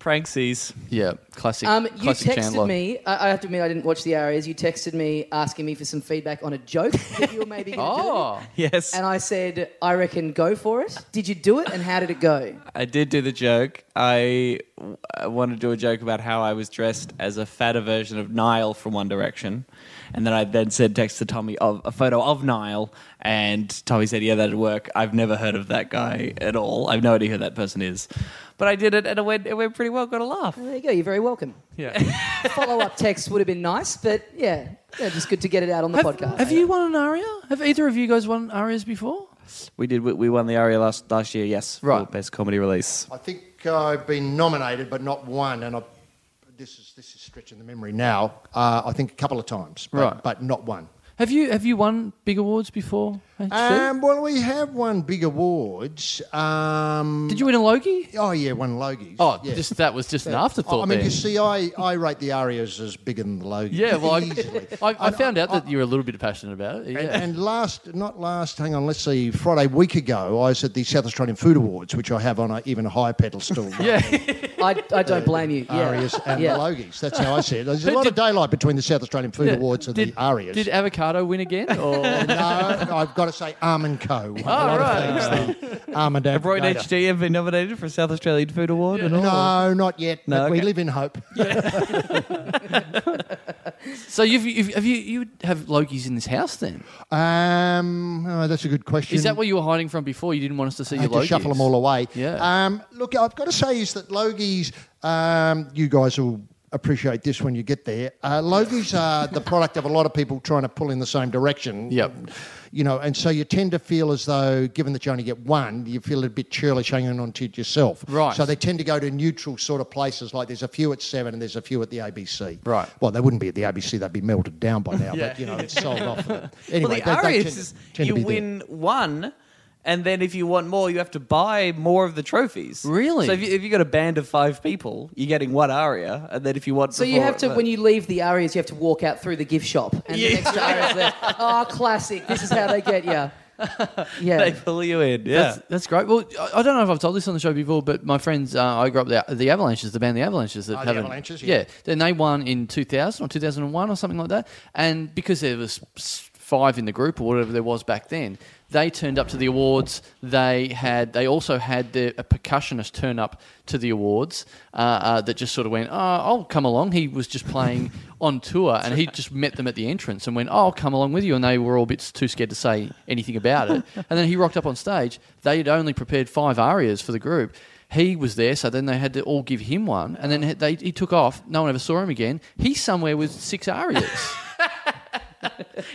Speaker 5: Pranksies.
Speaker 2: yeah, classic.
Speaker 1: Um, you
Speaker 2: classic
Speaker 1: texted
Speaker 2: Chandler.
Speaker 1: me. I, I have to admit, I didn't watch the areas. You texted me asking me for some feedback on a joke that you were maybe going to
Speaker 2: Oh,
Speaker 5: Yes.
Speaker 1: And I said, I reckon go for it. Did you do it and how did it go?
Speaker 5: I did do the joke. I, I wanted to do a joke about how I was dressed as a fatter version of Niall from One Direction. And then I then said, text to Tommy of a photo of Niall. And Tommy said, yeah, that'd work. I've never heard of that guy at all. I've no idea who that person is. But I did it and it went, it went pretty well. Got a laugh.
Speaker 1: There you go. You're very welcome.
Speaker 2: yeah.
Speaker 1: Follow up text would have been nice, but yeah, yeah, just good to get it out on the
Speaker 2: Have,
Speaker 1: podcast.
Speaker 2: have you won an aria? Have either of you guys won arias before?
Speaker 5: We did. We, we won the ARIA last, last year, yes. for
Speaker 2: Right.
Speaker 5: Best comedy release.
Speaker 4: I think I've been nominated, but not won. And I, this is this is stretching the memory now. Uh, I think a couple of times, but,
Speaker 2: Right.
Speaker 4: but not one.
Speaker 2: Have you have you won big awards before? HG?
Speaker 4: Um, well, we have won big awards. Um,
Speaker 2: Did you win a Logie?
Speaker 4: Oh yeah, one Logies.
Speaker 2: Oh,
Speaker 4: yeah.
Speaker 2: just that was just an
Speaker 4: Yeah.
Speaker 2: afterthought.
Speaker 4: I mean,
Speaker 2: there.
Speaker 4: you see, I, I rate the Arias as bigger than the Logies.
Speaker 2: yeah, well, I,
Speaker 4: Easily.
Speaker 2: I, I found out that you were a little bit passionate about it. Yeah.
Speaker 4: And, and last, not last, hang on, let's see, Friday week ago, I was at the South Australian Food Awards, which I have on an even higher pedestal. than
Speaker 2: yeah,
Speaker 1: I, I don't blame you. Yeah.
Speaker 4: Arias and
Speaker 1: Yeah.
Speaker 4: the Logies. That's how I see it. There's a
Speaker 2: But
Speaker 4: lot of
Speaker 2: did-
Speaker 4: daylight between the South Australian Food Awards and
Speaker 2: did,
Speaker 4: the Arias.
Speaker 2: Did avocado win again? Or
Speaker 4: no, I've got to say Arm and Co. Oh,
Speaker 2: right.
Speaker 4: Armand
Speaker 5: Have Roy and HG ever been nominated for a South Australian Food Award and all?
Speaker 4: No, not yet.
Speaker 5: No,
Speaker 4: but we
Speaker 5: okay.
Speaker 4: live in hope.
Speaker 2: so you've, you've have you you have Logies in this house then?
Speaker 4: Um, oh, that's a good question.
Speaker 2: Is that what you were hiding from before? You didn't want us to see
Speaker 4: I
Speaker 2: your
Speaker 4: had
Speaker 2: Logies.
Speaker 4: to shuffle them all away.
Speaker 2: Yeah.
Speaker 4: Um, look, I've got to say is that Logies, um, you guys will appreciate this when you get there. Uh, Logies are the product of a lot of people trying to pull in the same direction.
Speaker 2: Yep.
Speaker 4: You know, and so you tend to feel as though, given that you only get one, you feel a bit churlish hanging on to it yourself.
Speaker 2: Right.
Speaker 4: So they tend to go to neutral sort of places, like there's a few at seven and there's a few at the ABC.
Speaker 2: Right.
Speaker 4: Well, they wouldn't be at the ABC; they'd be melted down by now. But you know, it's sold off. Anyway, they- they
Speaker 5: well, the Arias
Speaker 4: tend to-
Speaker 5: is
Speaker 4: tend to
Speaker 5: you
Speaker 4: be there.
Speaker 5: win one, and then if you want more, you have to buy more of the trophies.
Speaker 2: Really?
Speaker 5: So if you, if you got a band of five people, you're getting one aria, and then if you want, uh,
Speaker 1: So you have to, when you leave the areas, you have to walk out through the gift shop and the extra areas there. Oh, classic. This is how they get you.
Speaker 5: they
Speaker 1: Yeah.
Speaker 5: pull you in, yeah.
Speaker 2: That's, that's great. Well, I I don't know if I've told this on the show before, but my friends, uh, I grew up the, the Avalanches, the band the Avalanches. That
Speaker 4: Oh, the
Speaker 2: haven't-
Speaker 4: Avalanches, yeah.
Speaker 2: Then they won in 2000 or 2001 or something like that. And because there was s- five in the group or whatever there was back then, they turned up to the awards. They had they also had the, a percussionist turn up to the awards uh, uh, that just sort of went, oh, I'll come along. He was just playing on tour and he just met them at the entrance and went, oh, I'll come along with you. And they were all a bit too scared to say anything about it. and then he rocked up on stage. They had only prepared five arias for the group he was there, so then they had to all give him one, and then they, he took off. No one ever saw him again. He's somewhere with six arias.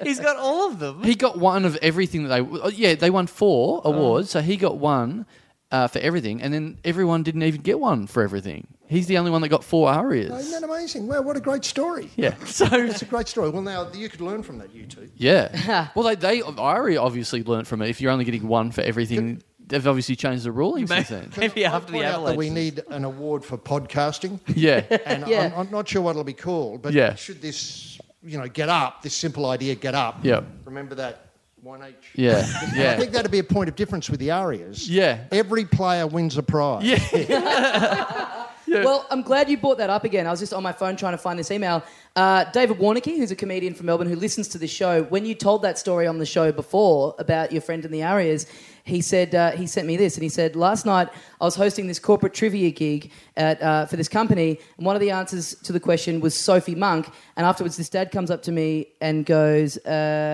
Speaker 5: He's got all of them.
Speaker 2: he got one of everything that they. oh, Yeah, they won four
Speaker 1: Uh-huh.
Speaker 2: awards, so he got one uh, for everything, and then everyone didn't even get one for everything. He's the only one that got four arias.
Speaker 4: Isn't
Speaker 1: Oh,
Speaker 4: that amazing? Wow, what a great story.
Speaker 2: Yeah.
Speaker 4: So it's a great story. Well, now you could learn from that, you two.
Speaker 2: Yeah. well, they, they Aria obviously learnt from it. If you're only getting one for everything, they've obviously changed the rulings since then.
Speaker 5: Maybe after the
Speaker 4: Point out that
Speaker 5: avalanche.
Speaker 4: we need an award for podcasting,
Speaker 2: Yeah.
Speaker 4: and
Speaker 1: Yeah.
Speaker 4: I'm, I'm not sure what it'll be called. But
Speaker 2: Yeah.
Speaker 4: should this, you know, get up? This simple idea, get up.
Speaker 2: Yep.
Speaker 4: Remember that one H.
Speaker 2: Yeah.
Speaker 4: And I
Speaker 2: Yeah.
Speaker 4: think that'd be a point of difference with the Arias.
Speaker 2: Yeah.
Speaker 4: Every player wins a prize. Yeah.
Speaker 1: Well, I'm glad you brought that up again. I was just on my phone trying to find this email. Uh, David Warnicky, who's a comedian from Melbourne who listens to this show, when you told that story on the show before about your friend in the Arias, he said uh, he sent me this, and he said last night I was hosting this corporate trivia gig at, uh, for this company, and one of the answers to the question was Sophie Monk, and afterwards this dad comes up to me and goes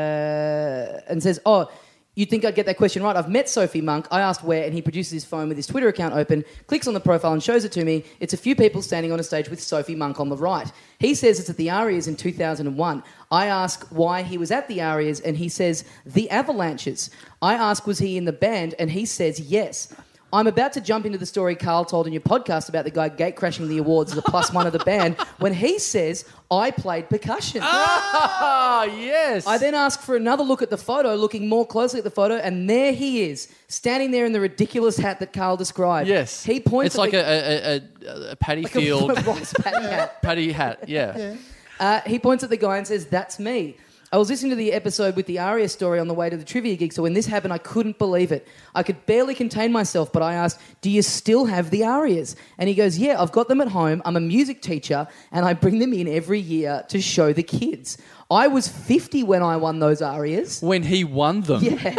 Speaker 1: uh, and says, "Oh." You'd think I'd get that question right. I've met Sophie Monk. I asked where, and he produces his phone with his Twitter account open, clicks on the profile and shows it to me. It's a few people standing on a stage with Sophie Monk on the right. He says it's at the Arias in 2001. I ask why he was at the E Arias, and he says the Avalanches. I ask, was he in the band, and he says yes. I'm about to jump into the story Carl told in your podcast about the guy gate crashing the awards as a plus one of the band when he says, I played percussion.
Speaker 2: Ah, yes.
Speaker 1: I then ask for another look at the photo, looking more closely at the photo, and there he is, standing there in the ridiculous hat that Carl described.
Speaker 2: yes.
Speaker 1: He points
Speaker 2: It's
Speaker 1: at
Speaker 2: like
Speaker 1: the,
Speaker 2: a, a, a, a paddy
Speaker 1: like a
Speaker 2: field,
Speaker 1: rice paddy hat.
Speaker 2: paddy hat. Yeah.
Speaker 1: Uh, he points at the guy and says, That's me. I was listening to the episode with the Aria story on the way to the trivia gig, so when this happened, I couldn't believe it. I could barely contain myself, but I asked, Do you still have the Arias? And he goes, Yeah, I've got them at home. I'm a music teacher, and I bring them in every year to show the kids. I was 50 when I won those Arias.
Speaker 2: When he won them.
Speaker 1: Yeah.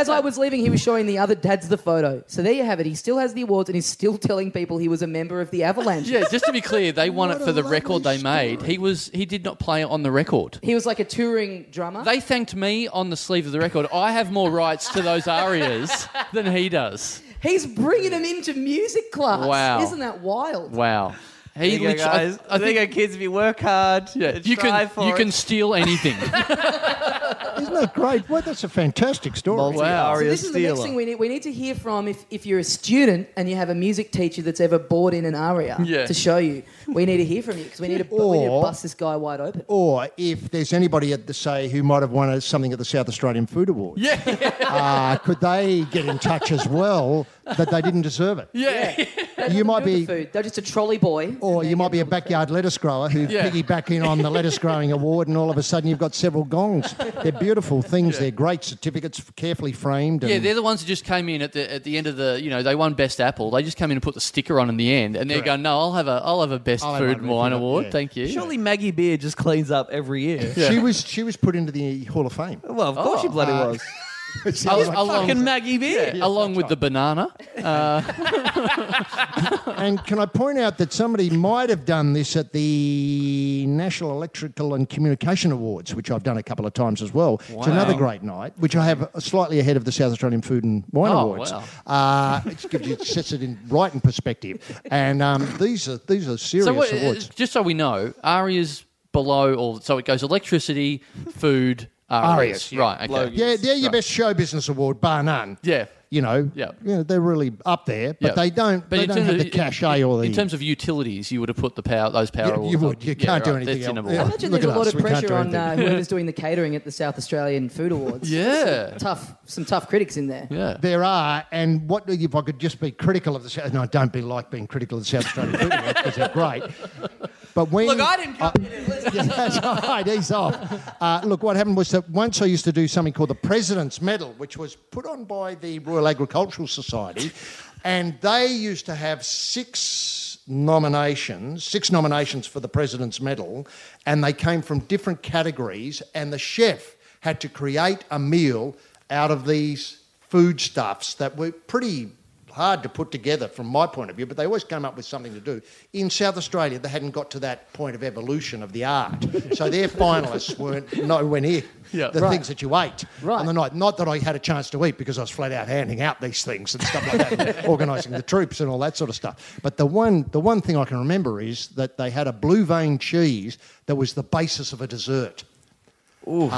Speaker 1: As I was leaving, he was showing the other dads the photo. So there you have it. He still has the awards and he's still telling people he was a member of the Avalanche.
Speaker 2: Yeah, just to be clear, they won
Speaker 4: What
Speaker 2: it for
Speaker 4: a
Speaker 2: the
Speaker 4: lovely
Speaker 2: record they made. He was he did not play it on the record.
Speaker 1: He was like a touring drummer.
Speaker 2: They thanked me on the sleeve of the record. I have more rights to those arias than he does.
Speaker 1: He's bringing them into music class.
Speaker 2: Wow.
Speaker 1: Isn't that wild?
Speaker 2: Wow. He
Speaker 5: There you go,
Speaker 2: literally- I-
Speaker 5: guys.
Speaker 2: I
Speaker 5: there you
Speaker 2: think-
Speaker 5: go, kids. If you work hard,
Speaker 2: yeah, you
Speaker 5: try
Speaker 2: can
Speaker 5: for
Speaker 2: you
Speaker 5: it.
Speaker 2: can steal anything.
Speaker 4: Isn't that great? Well, that's a fantastic story.
Speaker 2: wow.
Speaker 1: So this is the next thing we need. We need to hear from if, if you're a student and you have a music teacher that's ever bored in an aria
Speaker 2: Yeah.
Speaker 1: to show you. We need to hear from you because we, need to bu- we need to
Speaker 4: Or-
Speaker 1: bust this guy wide open.
Speaker 4: Or if there's anybody at the say who might have won a- something at the South Australian Food Awards, yeah, uh, could they get in touch as well that they didn't deserve it?
Speaker 2: Yeah.
Speaker 4: you might
Speaker 1: Good
Speaker 4: be,
Speaker 1: food. They're just a trolley boy.
Speaker 4: or you might be a backyard lettuce grower who
Speaker 2: Yeah.
Speaker 4: piggyback in on the lettuce growing award, and all of a sudden you've got several gongs. They're beautiful things. They're great certificates, carefully framed. And
Speaker 2: Yeah, they're the ones who just came in at the at the end of the you know they won best apple. They just came in and put the sticker on in the end, and they're going, no, I'll have a I'll have a best
Speaker 4: I'll have
Speaker 2: food
Speaker 4: one,
Speaker 2: and wine
Speaker 4: yeah.
Speaker 2: award,
Speaker 4: Yeah.
Speaker 2: thank you.
Speaker 5: Surely Maggie Beer just cleans up every year.
Speaker 4: She was she was put into the Hall of Fame.
Speaker 5: Well, of course she bloody was.
Speaker 4: It's
Speaker 2: Al-
Speaker 4: like-
Speaker 2: along,
Speaker 5: Fucking Maggie Beer.
Speaker 2: along with the banana.
Speaker 4: And can I point out that somebody might have done this at the National Electrical and Communication Awards, which I've done a couple of times as well. It's another great night, which I have slightly ahead of the South Australian Food and Wine
Speaker 2: Oh,
Speaker 4: Awards.
Speaker 2: wow.
Speaker 4: Uh, it gives you, sets it in right in perspective. And um, these are these are serious
Speaker 2: So what,
Speaker 4: awards.
Speaker 2: uh, just so we know, Aria's below all. So it goes electricity, food, Arias.
Speaker 4: Arias, yeah.
Speaker 2: Right. Okay.
Speaker 5: Logan.
Speaker 4: yeah, they're your
Speaker 2: Right.
Speaker 4: best show business award, bar none.
Speaker 2: Yeah.
Speaker 4: You know,
Speaker 2: Yeah.
Speaker 4: you know, they're really up there, but
Speaker 2: Yeah.
Speaker 4: they don't. they
Speaker 2: in
Speaker 4: don't
Speaker 2: terms
Speaker 4: have
Speaker 2: of-
Speaker 4: the cachet
Speaker 2: in,
Speaker 4: or the.
Speaker 2: In terms of utilities, you would have put the power those power
Speaker 4: Yeah, you
Speaker 2: awards.
Speaker 4: would.
Speaker 2: up.
Speaker 4: You can't do
Speaker 2: right.
Speaker 4: anything
Speaker 2: That's in
Speaker 4: else.
Speaker 2: a
Speaker 4: Yeah.
Speaker 2: wall.
Speaker 1: Imagine
Speaker 4: Look
Speaker 1: there's a
Speaker 4: at
Speaker 1: lot
Speaker 4: us.
Speaker 1: of
Speaker 4: We can't
Speaker 1: pressure
Speaker 4: do
Speaker 1: on uh,
Speaker 4: anything.
Speaker 1: whoever's doing the catering at the South Australian Food Awards.
Speaker 2: Yeah.
Speaker 1: Tough, some tough critics in there.
Speaker 2: Yeah.
Speaker 4: There are, and what if I could just be critical of the South? No, I don't be like being critical of the South Australian food because they're great. But when
Speaker 5: Look, I didn't come in. Listen.
Speaker 4: Yeah, that's all right. He's off. Uh, look, what happened was that once I used to do something called the President's Medal, which was put on by the Royal Agricultural Society, and they used to have six nominations, six nominations for the President's Medal, and they came from different categories, and the chef had to create a meal out of these foodstuffs that were pretty hard to put together from my point of view, but they always came up with something to do. In South Australia, they hadn't got to that point of evolution of the art. so their finalists weren't nowhere near
Speaker 2: Yeah.
Speaker 4: the
Speaker 2: Right.
Speaker 4: things that you ate
Speaker 1: Right.
Speaker 4: on the night. Not that I had a chance to eat because I was flat out handing out these things and stuff like that, organising the troops and all that sort of stuff. But the one, the one thing I can remember is that they had a blue vein cheese that was the basis of a dessert. Um,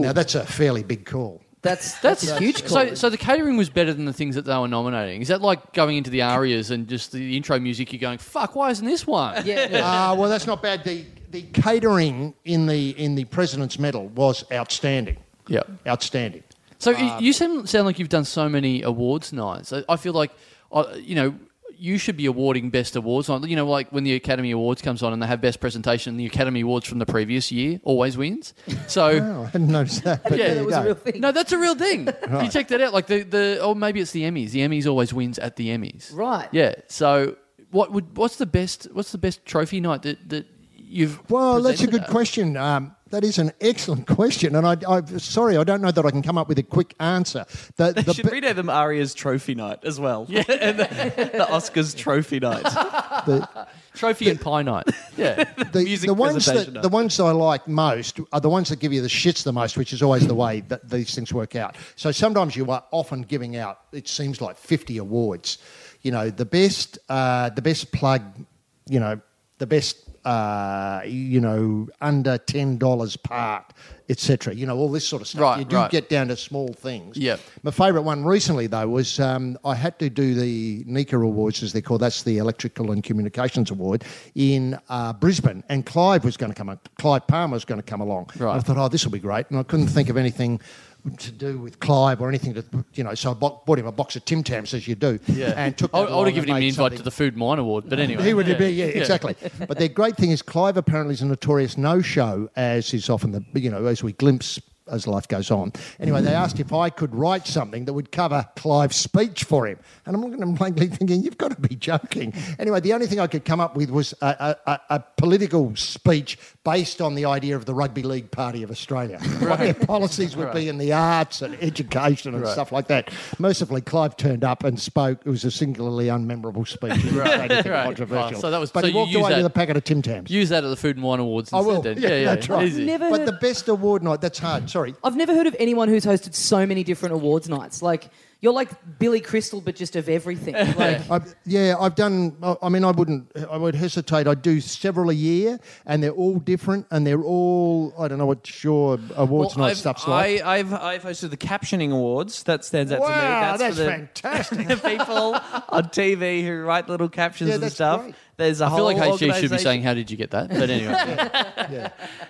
Speaker 4: Now, that's a fairly big call.
Speaker 1: That's,
Speaker 2: That's,
Speaker 1: that's, a huge call.
Speaker 2: So, so the catering was better than the things that they were nominating. Is that like going into the arias and just the intro music? You're going, "Fuck, why isn't this one?"
Speaker 1: yeah.
Speaker 4: Uh, well, that's not bad. The the catering in the in the president's medal was outstanding.
Speaker 2: Yeah.
Speaker 4: outstanding.
Speaker 2: So y
Speaker 4: Um,
Speaker 2: you seem, sound like you've done so many awards nights. I, I feel like, I you know, you should be awarding best awards on. You know, like when the Academy Awards comes on and they have best presentation, the Academy Awards from the previous year always wins. So.
Speaker 4: Oh, I didn't notice that. But
Speaker 2: Yeah,
Speaker 4: there
Speaker 2: that
Speaker 4: you
Speaker 1: was a
Speaker 4: go.
Speaker 1: real thing.
Speaker 2: No, that's a real thing. You check that out. Like the, the or maybe it's the Emmys. The Emmys always wins at the Emmys.
Speaker 1: Right.
Speaker 2: Yeah. So what would what's the best what's the best trophy night that, that you've
Speaker 4: Well, that's a
Speaker 2: presented
Speaker 4: good
Speaker 2: at?
Speaker 4: question. Um, that is an excellent question, and I, I sorry I don't know that I can come up with a quick answer. The,
Speaker 5: They
Speaker 4: the
Speaker 5: should
Speaker 4: be-
Speaker 5: rename them Aria's Trophy Night as well. Yeah. and the, the Oscars Trophy Night.
Speaker 2: Trophy and pie night. Yeah.
Speaker 4: the,
Speaker 5: music
Speaker 4: the ones
Speaker 5: presentation
Speaker 4: that
Speaker 5: night.
Speaker 4: the ones I like most are the ones that give you the shits the most, which is always the way that these things work out. So sometimes you are often giving out. It seems like fifty awards. You know, the best, uh, the best plug. You know, the best, uh, you know, under ten dollars part, etc. You know, all this sort of stuff.
Speaker 2: Right,
Speaker 4: you do
Speaker 2: right.
Speaker 4: get down to small things.
Speaker 2: Yep.
Speaker 4: My favourite one recently though was um, I had to do the Nika Awards, as they're called. That's the Electrical and Communications Award in uh, Brisbane, and Clive was going to come. up- Clive Palmer was going to come along.
Speaker 2: Right.
Speaker 4: And I thought, oh, this will be great, and I couldn't think of anything. To do with Clive or anything to you know, so I bought bought him a box of Tim Tams as you do,
Speaker 2: Yeah.
Speaker 4: and took.
Speaker 2: I,
Speaker 4: that
Speaker 2: I would
Speaker 4: along
Speaker 2: have given
Speaker 4: and
Speaker 2: him the
Speaker 4: made
Speaker 2: invite
Speaker 4: something.
Speaker 2: to the Food Mine Award, but anyway.
Speaker 4: He would be, yeah, exactly. but the great thing is, Clive apparently is a notorious no-show, as is often the, you know, as we glimpse as life goes on. Anyway, they asked if I could write something that would cover Clive's speech for him, and I'm looking at him blankly, thinking, "You've got to be joking." Anyway, the only thing I could come up with was a, a, a, a political speech based on the idea of the Rugby League Party of Australia, what their policies would be in the arts and education and stuff like that. Mercifully, Clive turned up and spoke. It was a singularly unmemorable speech. He didn't say anything
Speaker 2: Right.
Speaker 4: controversial.
Speaker 2: Oh, so that was-
Speaker 4: but
Speaker 2: so
Speaker 4: he
Speaker 2: you
Speaker 4: walked
Speaker 2: use
Speaker 4: away
Speaker 2: that-
Speaker 4: with a packet of Tim Tams.
Speaker 2: Use that at the Food and Wine Awards
Speaker 4: I
Speaker 2: instead
Speaker 4: will.
Speaker 2: then.
Speaker 4: Yeah, that's right.
Speaker 2: Easy.
Speaker 1: Never
Speaker 4: but
Speaker 1: heard-
Speaker 4: the best award night. That's hard. Sorry.
Speaker 1: I've never heard of anyone who's hosted so many different awards nights. Like you're like Billy Crystal, but just of everything. Like
Speaker 4: I, yeah, I've done. I I mean, I wouldn't. I would hesitate. I do several a year, and they're all different, and they're all. I don't know what your awards night
Speaker 5: I've,
Speaker 4: stuff's like.
Speaker 5: I, I've, I've hosted the captioning awards. That stands out to me.
Speaker 4: wow, that's,
Speaker 5: for the,
Speaker 4: fantastic.
Speaker 5: the people on TV who write little captions
Speaker 4: Yeah,
Speaker 5: and
Speaker 4: that's
Speaker 5: stuff.
Speaker 4: great.
Speaker 5: There's a
Speaker 2: I feel
Speaker 5: whole
Speaker 2: like HG should be
Speaker 5: organisation-
Speaker 2: saying, How did you get that? But anyway.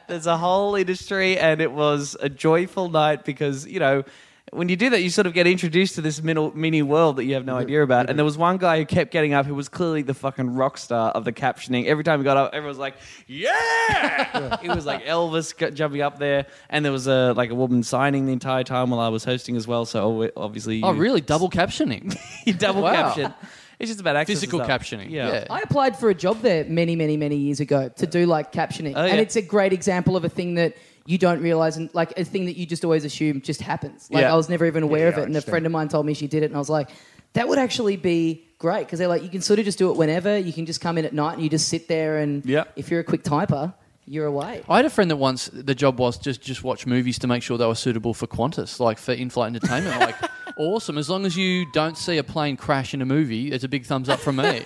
Speaker 5: there's a whole industry, and it was a joyful night because you know. When you do that, you sort of get introduced to this mini, mini world that you have no idea about. And there was one guy who kept getting up who was clearly the fucking rock star of the captioning. Every time he got up, everyone was like, yeah! it was like Elvis got- jumping up there. And there was a, like a woman signing the entire time while I was hosting as well. So obvi- obviously.
Speaker 2: oh,
Speaker 5: you-
Speaker 2: really? Double captioning?
Speaker 5: you double
Speaker 2: Wow.
Speaker 5: caption. It's just about access and
Speaker 2: Physical
Speaker 5: stuff.
Speaker 2: captioning.
Speaker 5: Yeah.
Speaker 2: Yeah.
Speaker 1: I applied for a job there many, many, many years ago to do like captioning,
Speaker 5: Oh,
Speaker 1: and
Speaker 5: yeah.
Speaker 1: it's a great example of a thing that you don't realize and like a thing that you just always assume just happens. Like
Speaker 5: Yeah.
Speaker 1: I was never even aware of
Speaker 4: yeah, I
Speaker 1: it, and a
Speaker 4: understand.
Speaker 1: friend of mine told me she did it, and I was like, that would actually be great because they're like, you can sort of just do it whenever. You can just come in at night and you just sit there, and
Speaker 5: Yeah.
Speaker 1: if you're a quick typer, you're away.
Speaker 2: I had a friend that once the job was just just watch movies to make sure they were suitable for Qantas, like for in-flight entertainment. like awesome, as long as you don't see a plane crash in a movie, it's a big thumbs up from me.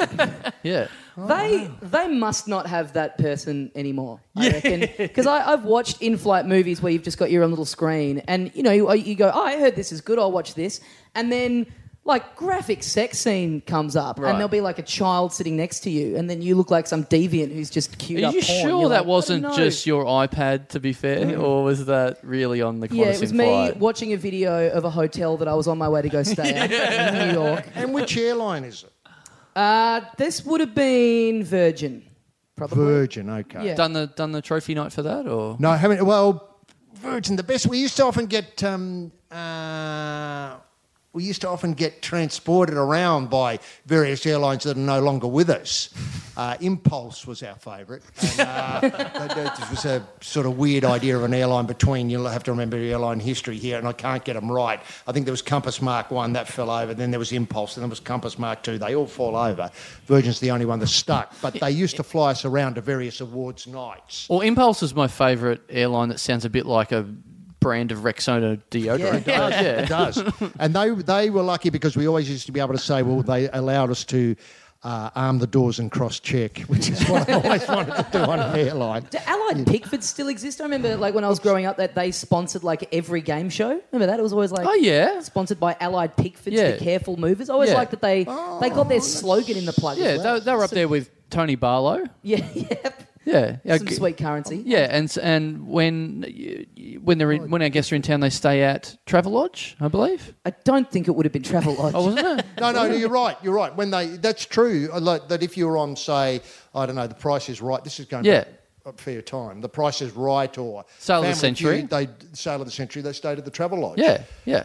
Speaker 2: yeah,
Speaker 1: They they must not have that person anymore. I reckon because I've watched in-flight movies where you've just got your own little screen, and you know you, you go, oh, I heard this is good, I'll watch this, and then like graphic sex scene comes up,
Speaker 2: Right.
Speaker 1: and there'll be like a child sitting next to you, and then you look like some deviant who's just queued
Speaker 2: Are
Speaker 1: up.
Speaker 2: you
Speaker 1: porn.
Speaker 2: sure
Speaker 1: You're like,
Speaker 2: that
Speaker 1: "I
Speaker 2: wasn't
Speaker 1: don't know." Mm.
Speaker 2: just your iPad? To be fair, or was that really on the Qantas
Speaker 1: Yeah, it was me
Speaker 2: in-flight?
Speaker 1: watching a video of a hotel that I was on my way to go stay at in New York.
Speaker 4: and which airline is it?
Speaker 1: Uh, this would have been Virgin, probably.
Speaker 4: Virgin. Okay.
Speaker 1: Yeah.
Speaker 2: Done the done the trophy night for that, or
Speaker 4: No, I haven't. Well, Virgin, the best. We used to often get. Um, uh, we used to often get transported around by various airlines that are no longer with us. Uh, Impulse was our favourite. And, uh, that- that was a sort of weird idea of an airline between. You'll have to remember airline history here, and I can't get them right. I think there was Compass Mark 1, that fell over. Then there was Impulse, then there was Compass Mark 2. They all fall over. Virgin's the only one that stuck. But they used to fly us around to various awards nights.
Speaker 2: Well, Impulse is my favourite airline. That sounds a bit like a brand of Rexona deodorant.
Speaker 4: Yeah,
Speaker 2: Yeah.
Speaker 4: it does. It does. and they they were lucky because we always used to be able to say, well, they allowed us to uh, arm the doors and cross check, which is what I always wanted to do on an airline.
Speaker 1: Do Allied Pickfords still exist? I remember, like when I was growing up, that they sponsored like every game show. Remember that? It was always like,
Speaker 2: Oh, yeah.
Speaker 1: sponsored by Allied Pickfords,
Speaker 2: Yeah.
Speaker 1: the careful movers. I always
Speaker 2: Yeah. Oh,
Speaker 1: liked that they they got their slogan in the plug.
Speaker 2: Yeah,
Speaker 1: as well.
Speaker 2: they, they were up there with Tony Barlow.
Speaker 1: yeah, yep.
Speaker 2: Yeah,
Speaker 1: Some
Speaker 2: Okay.
Speaker 1: sweet currency.
Speaker 2: Yeah, and s- and when y- y- when they're in, when our guests are in town, they stay at Travelodge, I believe.
Speaker 1: I don't think it would have been travel lodge.
Speaker 2: Oh, wasn't it?
Speaker 4: No, no, no, you're right. You're right. When they, that's true. uh, Like, that if you were on, say, I don't know, the Price is Right. This is going
Speaker 2: Yeah.
Speaker 4: back up for your time. The Price is Right or
Speaker 2: Sale of the
Speaker 4: Family
Speaker 2: Century.
Speaker 4: Feud, they sale of the century. They stayed at the Travel Lodge.
Speaker 2: yeah, yeah,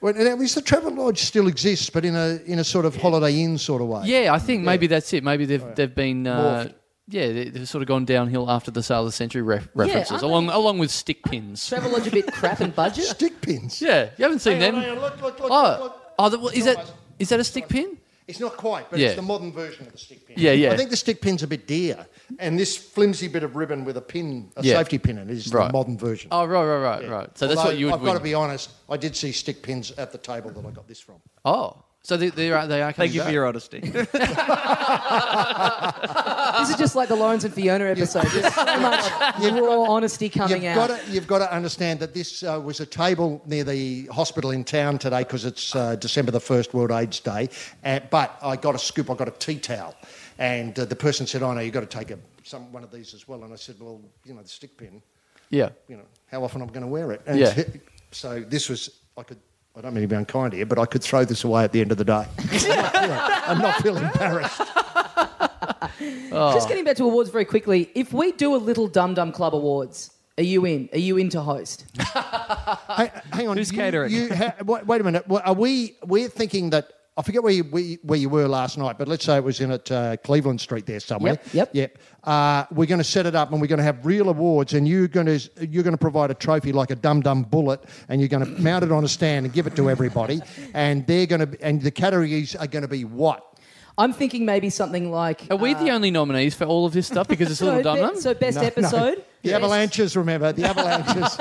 Speaker 4: Well, and at least the Travel Lodge still exists, but in a in a sort of Holiday Inn sort of way.
Speaker 2: yeah. I think maybe that's it. Maybe they've they've been. Uh,
Speaker 4: Morphed.
Speaker 2: yeah, they- they've sort of gone downhill after the sale of the century re- references,
Speaker 1: aren't
Speaker 2: along along with stick pins.
Speaker 1: travel lodge a bit crap and budget.
Speaker 4: Stick pins.
Speaker 2: Yeah, you haven't seen
Speaker 4: Hang on,
Speaker 2: them.
Speaker 4: hang on, look, look, look,
Speaker 2: oh,
Speaker 4: look, look.
Speaker 2: oh, the, well, is that
Speaker 4: Almost.
Speaker 2: is that a stick pin?
Speaker 4: It's not quite, but
Speaker 2: Yeah.
Speaker 4: it's the modern version of the stick pin.
Speaker 2: Yeah, yeah.
Speaker 4: I think the stick pin's a bit dear, and this flimsy bit of ribbon with a pin, a
Speaker 2: Yeah.
Speaker 4: safety pin, in it is
Speaker 2: Right.
Speaker 4: the modern version.
Speaker 2: Oh, right, right, right, right. So that's
Speaker 4: Although,
Speaker 2: what you would.
Speaker 4: I've got to
Speaker 2: win.
Speaker 4: be honest. I did see stick pins at the table that I got this from.
Speaker 2: Oh, So they, they are they are coming
Speaker 5: Thank you
Speaker 2: back.
Speaker 5: for your honesty.
Speaker 1: This is just like the Lawrence and Fiona episode. There's so much raw honesty coming
Speaker 4: you've
Speaker 1: out.
Speaker 4: Got to, you've got to understand that this uh, was a table near the hospital in town today because it's uh, December the 1st, World AIDS Day. Uh, but I got a scoop, I got a tea towel. And uh, the person said, Oh, no, you've got to take a, some, one of these as well. And I said, Well, you know, the stick pin,
Speaker 2: yeah.
Speaker 4: you know, how often I'm going to wear it. And
Speaker 2: Yeah.
Speaker 4: so this was, I could. I don't mean to be unkind here, but I could throw this away at the end of the day. I'm not feeling embarrassed.
Speaker 2: Oh.
Speaker 1: Just getting back to awards very quickly. If we do a little Dum Dum Club awards, are you in? Are you in to host?
Speaker 4: Hang- hang on.
Speaker 5: Who's
Speaker 4: you-
Speaker 5: catering?
Speaker 4: you ha- wait, wait a minute. Wha- Are we? We're thinking that. I forget where you, where you- where you were last night, but let's say it was in at uh, Cleveland Street there somewhere.
Speaker 1: Yep, yep.
Speaker 4: Yep. Uh, we're going to set it up, and we're going to have real awards, and you're going to you're going to provide a trophy like a dum dum bullet, and you're going to mount it on a stand and give it to everybody, and they're going to and the categories are going to be what?
Speaker 1: I'm thinking maybe something like
Speaker 2: Are we
Speaker 4: Uh,
Speaker 2: the only nominees for all of this stuff because it's a little
Speaker 1: so,
Speaker 2: dumb?
Speaker 1: be- so best episode,
Speaker 4: The avalanches, remember the avalanches.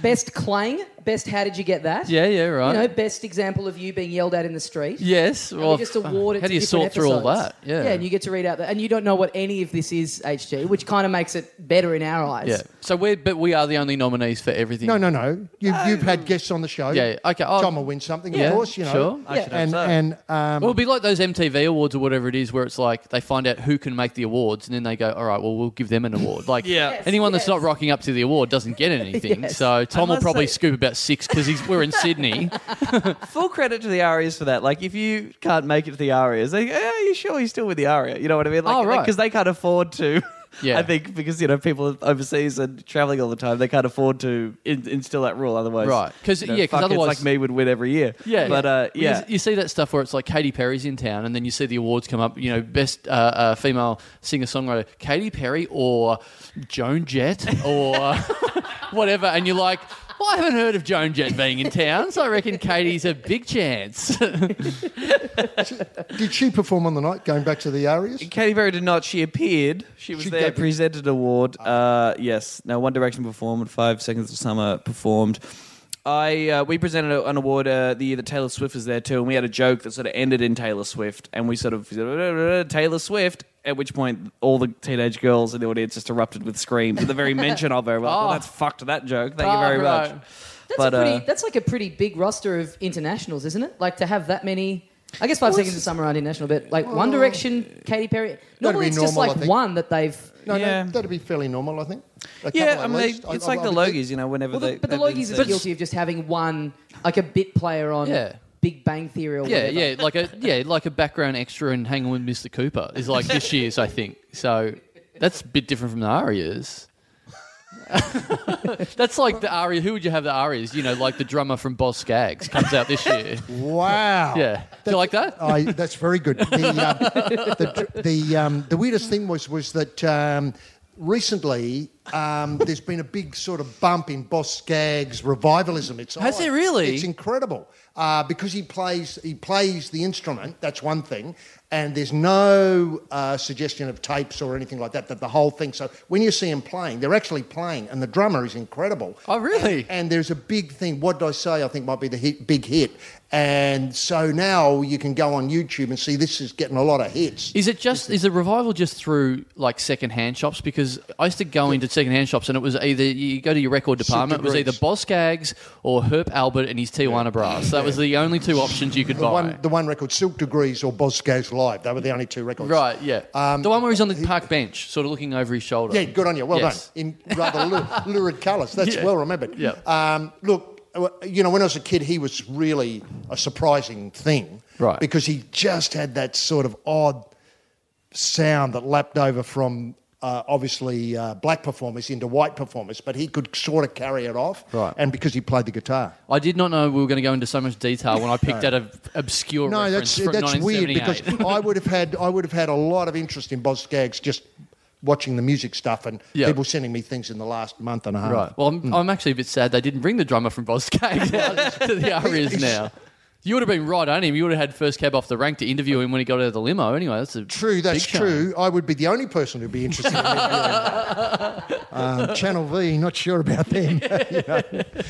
Speaker 1: best clang, best how did you get that?
Speaker 2: Yeah, yeah, right.
Speaker 1: You know, best example of you being yelled at in the street.
Speaker 2: yes.
Speaker 1: And
Speaker 2: Well,
Speaker 1: we just award it
Speaker 2: how
Speaker 1: to
Speaker 2: do you sort
Speaker 1: different
Speaker 2: through all
Speaker 1: episodes.
Speaker 2: that? Yeah.
Speaker 1: Yeah, and you get to read out that. And you don't know what any of this is, HG, which kind of makes it better in our eyes.
Speaker 2: yeah. So we're but we are the only nominees for everything.
Speaker 4: No, no, no. You've, you've had guests on the show.
Speaker 2: Yeah, yeah. Okay, I'll-
Speaker 4: Tom will win something,
Speaker 2: Yeah,
Speaker 4: of course. You know.
Speaker 2: sure.
Speaker 5: I should hope
Speaker 4: and
Speaker 5: so.
Speaker 4: and um,
Speaker 2: Well, it'll be like those MTV awards or whatever it is, where it's like they find out who can make the awards, and then they go, "All right, well, we'll give them an award." Like
Speaker 5: Yeah. Yes,
Speaker 2: anyone that's
Speaker 1: yes.
Speaker 2: not rocking up to the award doesn't get anything.
Speaker 1: Yes.
Speaker 2: So Tom will
Speaker 5: must
Speaker 2: probably
Speaker 5: say-
Speaker 2: scoop about six because he's we're in Sydney.
Speaker 5: Full credit to the Arias for that. Like, if you can't make it to the Arias, they, eh, are you sure you're still with the Aria? You know what I mean? Like,
Speaker 2: Oh, right.
Speaker 5: Because they can't afford to.
Speaker 2: Yeah.
Speaker 5: I think because you know people overseas and traveling all the time, they can't afford to in, instill that rule. Otherwise,
Speaker 2: Right. 'Cause,
Speaker 5: you know,
Speaker 2: yeah, 'cause
Speaker 5: fuckheads
Speaker 2: otherwise-
Speaker 5: like me would win every year.
Speaker 2: Yeah,
Speaker 5: but uh,
Speaker 2: You
Speaker 5: yeah,
Speaker 2: s- you, see that stuff where it's like Katy Perry's in town, and then you see the awards come up. You know, best uh, uh, female singer songwriter, Katy Perry or Joan Jett or whatever, and you're like, well, I haven't heard of Joan Jett being in town, so I reckon Katie's a big chance.
Speaker 4: Did she perform on the night? Going back to the Arias.
Speaker 5: Katy Perry did not. She appeared. She was
Speaker 4: She
Speaker 5: there,
Speaker 4: gave it-
Speaker 5: presented award.
Speaker 1: Ah.
Speaker 5: Uh, yes. Now, One Direction performed. Five Seconds of Summer performed. I uh, we presented a- an award uh, the year that Taylor Swift was there too, and we had a joke that sort of ended in Taylor Swift, and we sort of "Uh, Taylor Swift. At which point, all the teenage girls in the audience just erupted with screams at the very mention of her. We're like, well,
Speaker 2: Oh.
Speaker 5: that's fucked that joke. Thank
Speaker 2: Oh,
Speaker 5: you very
Speaker 2: right.
Speaker 5: much.
Speaker 1: That's,
Speaker 5: But,
Speaker 1: a pretty,
Speaker 5: uh,
Speaker 1: that's like a pretty big roster of internationals, isn't it? Like to have that many. I guess five seconds of summer aren't international, but like One Direction, Katy Perry. Normally
Speaker 4: be
Speaker 1: it's just
Speaker 4: normal, I
Speaker 1: like
Speaker 4: think.
Speaker 1: one that they've.
Speaker 4: No,
Speaker 5: Yeah.
Speaker 4: no, that'd be fairly normal, I think. A
Speaker 5: yeah,
Speaker 4: couple
Speaker 5: I
Speaker 4: at
Speaker 5: mean,
Speaker 4: least.
Speaker 5: they- it's like the
Speaker 4: would think.
Speaker 5: Logies, you know, whenever
Speaker 1: Well, the,
Speaker 5: they,
Speaker 1: but the
Speaker 5: they've been
Speaker 1: Logies are
Speaker 5: seen.
Speaker 1: guilty of just having one, like a bit player on
Speaker 2: Yeah.
Speaker 1: Big Bang Theory or
Speaker 2: yeah,
Speaker 1: whatever.
Speaker 2: yeah, like a yeah, like a background extra in Hanging with Mr. Cooper is like this year's, I think. So that's a bit different from the Arias. that's like the Aria. Who would you have the Arias? You know, like the drummer from Boss Skaggs comes out this year.
Speaker 4: Wow.
Speaker 2: Yeah. Do you like that?
Speaker 4: I, that's very good. The, um, the, the, um, the weirdest thing was was that um, recently um, there's been a big sort of bump in Boss Skaggs revivalism. It's
Speaker 2: Has
Speaker 4: odd.
Speaker 2: there really?
Speaker 4: It's incredible uh, because he plays he plays the instrument. That's one thing, and there's no uh, suggestion of tapes or anything like that. That the whole thing. So when you see him playing, they're actually playing, and the drummer is incredible.
Speaker 2: Oh, really?
Speaker 4: And- and there's a big thing. What did I say? I think might be the hit, big hit. And so now you can go on YouTube and see this is getting a lot of hits.
Speaker 2: Is it just is the revival just through like secondhand shops? Because I used to go into secondhand shops and it was either you go to your record department, it was either
Speaker 4: degrees.
Speaker 2: Boss Skaggs or Herp Albert and his Tijuana Brass. That was the only two options you could
Speaker 4: The
Speaker 2: buy.
Speaker 4: one, the one record, Silk Degrees or Boz Goes Live. They were the only two records.
Speaker 2: Right, yeah. the one where he's on the park bench, sort of looking over his shoulder.
Speaker 4: Um, Yeah, good on you. Well
Speaker 2: Yes.
Speaker 4: done. In rather lu- lurid colours. That's
Speaker 2: Yeah.
Speaker 4: well remembered.
Speaker 2: Yeah.
Speaker 4: Um, look, uh, you know, when I was a kid, he was really a surprising thing.
Speaker 2: Right.
Speaker 4: Because he just had that sort of odd sound that lapped over from. Uh, obviously, uh, black performers into white performers, but he could sort of carry it off.
Speaker 2: Right.
Speaker 4: And because he played the guitar.
Speaker 2: I did not know we were going to go into so much detail when I picked out an obscure
Speaker 4: No,
Speaker 2: reference
Speaker 4: that's
Speaker 2: from
Speaker 4: that's weird because
Speaker 2: 1978.
Speaker 4: I would have had I would have had a lot of interest in Boz Skaggs just watching the music stuff and
Speaker 2: Yeah.
Speaker 4: people sending me things in the last month and a half. Hmm.
Speaker 2: Right. Well, I'm, I'm actually a bit sad they didn't bring the drummer from Boss Cave out to the Arias now. You would have been right on him. You would have had first cab off the rank to interview him when he got out of the limo. Anyway, that's a
Speaker 4: True, that's
Speaker 2: big shame.
Speaker 4: true. I would be the only person who'd be interested. in interviewing. um, Channel V, not sure about them.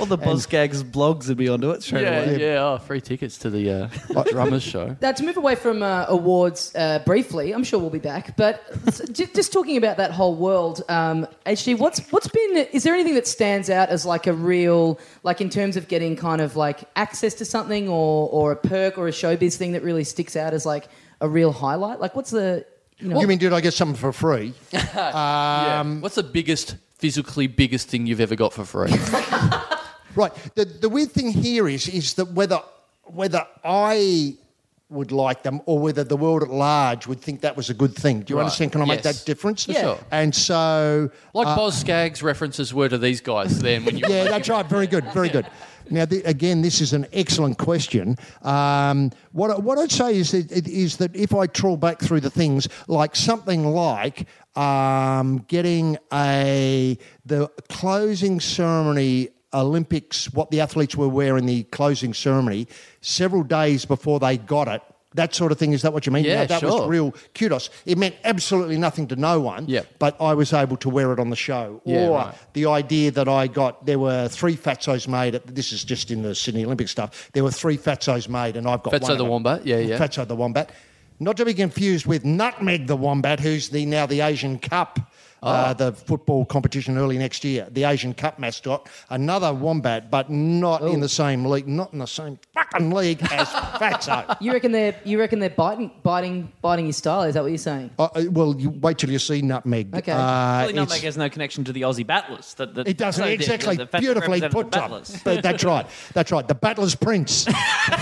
Speaker 5: All the Buzzgags blogs would be onto it straight
Speaker 2: Yeah,
Speaker 5: away.
Speaker 2: yeah. Oh, free tickets to the uh, drummers show.
Speaker 1: Now, to move away from uh, awards uh, briefly, I'm sure we'll be back, but s- ju- just talking about that whole world, um, HD, what's, what's been, is there anything that stands out as like a real, like in terms of getting kind of like access to something or, or a perk or a showbiz thing that really sticks out as like a real highlight? Like, what's the, you know,
Speaker 4: you mean, did I get something for free? Um,
Speaker 2: yeah. What's the biggest, physically biggest thing you've ever got for free?
Speaker 4: Right. The the weird thing here is is that whether whether I would like them or whether the world at large would think that was a good thing. Do you
Speaker 2: Right.
Speaker 4: understand? Can I make
Speaker 2: Yes.
Speaker 4: that difference?
Speaker 2: For Yeah. sure.
Speaker 4: And so
Speaker 2: Like Boz Skaggs' references were to these guys then when you
Speaker 4: Uh, yeah, that's right. Very good. Very good. Now, the, again, this is an excellent question. Um, what, I- what I'd say is that, it- is that if I trawl back through the things, like something like um, getting a the closing ceremony Olympics, what the athletes were wearing the closing ceremony, several days before they got it. That sort of thing. Is that what you mean?
Speaker 2: Yeah,
Speaker 4: Now, that
Speaker 2: sure.
Speaker 4: was real kudos. It meant absolutely nothing to no one.
Speaker 2: Yep.
Speaker 4: But I was able to wear it on the show.
Speaker 2: Yeah,
Speaker 4: or
Speaker 2: right.
Speaker 4: the idea that I got there were three fatzos made. At, this is just in the Sydney Olympic stuff. There were three fatzos made, and I've got
Speaker 2: Fatso
Speaker 4: one of
Speaker 2: the
Speaker 4: them.
Speaker 2: Wombat, yeah, yeah.
Speaker 4: Fatso the wombat, not to be confused with Nutmeg the wombat, who's the now the Asian Cup.
Speaker 2: Oh.
Speaker 4: Uh, the football competition early next year, the Asian Cup mascot, another wombat, but not in the same league, not in the same fucking league as Fatso.
Speaker 1: you reckon they're, you reckon they're biting, biting, biting your style? Is that what you're saying?
Speaker 4: Uh, uh, well, you wait till you see Nutmeg.
Speaker 1: Okay.
Speaker 4: Uh,
Speaker 5: Probably Nutmeg
Speaker 4: it's-
Speaker 5: has no connection to the Aussie battlers. That, that,
Speaker 4: It doesn't
Speaker 5: so the-
Speaker 4: exactly
Speaker 5: the- the fact that
Speaker 4: beautifully
Speaker 5: represented
Speaker 4: put,
Speaker 5: the
Speaker 4: Tom.
Speaker 5: battlers.
Speaker 4: But that's right. That's right. The Battler's Prince.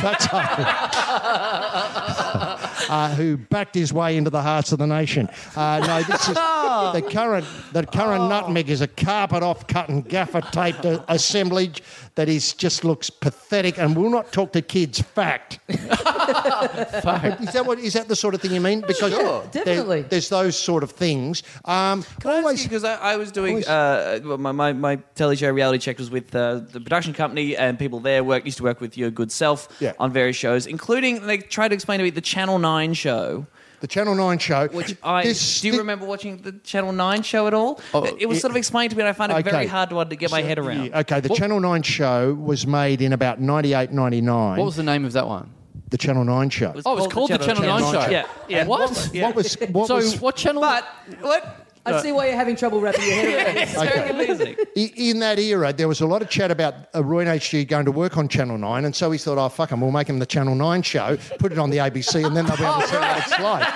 Speaker 4: That's right. Uh, who backed his way into the hearts of the nation? Uh, no, this is the current. The
Speaker 5: Oh.
Speaker 4: current nutmeg is a carpet-off, cut and gaffer-taped uh, assemblage that is just looks pathetic and will not talk to kids. Fact. But Is that what? Is that the sort of thing you mean? Because there-
Speaker 1: definitely.
Speaker 4: there's those sort of things. Um, always.
Speaker 5: because I, I was doing
Speaker 4: always-
Speaker 5: uh, well, my, my my telly show reality check was with uh, the production company and people there work used to work with your good self
Speaker 4: Yeah.
Speaker 5: on various shows, including they tried to explain to me the Channel Nine show.
Speaker 4: The Channel Nine show.
Speaker 5: Which I do you
Speaker 4: thi-
Speaker 5: remember watching the Channel Nine show at all? it was sort of explained to me, and I find it very
Speaker 4: Oh, okay.
Speaker 5: hard to uh, get my head around.
Speaker 4: Yeah, okay, the Channel 9 show was made in about 98, 99.
Speaker 2: What was the name of that one?
Speaker 4: the Channel 9 show?
Speaker 2: Oh, it was called the Channel, 9 show.
Speaker 5: Yeah, yeah.
Speaker 2: What?
Speaker 4: What was. What
Speaker 2: so
Speaker 4: was
Speaker 2: what channel?
Speaker 5: But what?
Speaker 1: I see why you're having trouble wrapping your head around this.
Speaker 5: Uh, It's very confusing.
Speaker 4: i- in that era, there was a lot of chat about uh, Roy and HG going to work on Channel 9, and so he thought, oh, fuck him, we'll make him the Channel 9 show, put it on the ABC, and then they'll be able to see what it's like.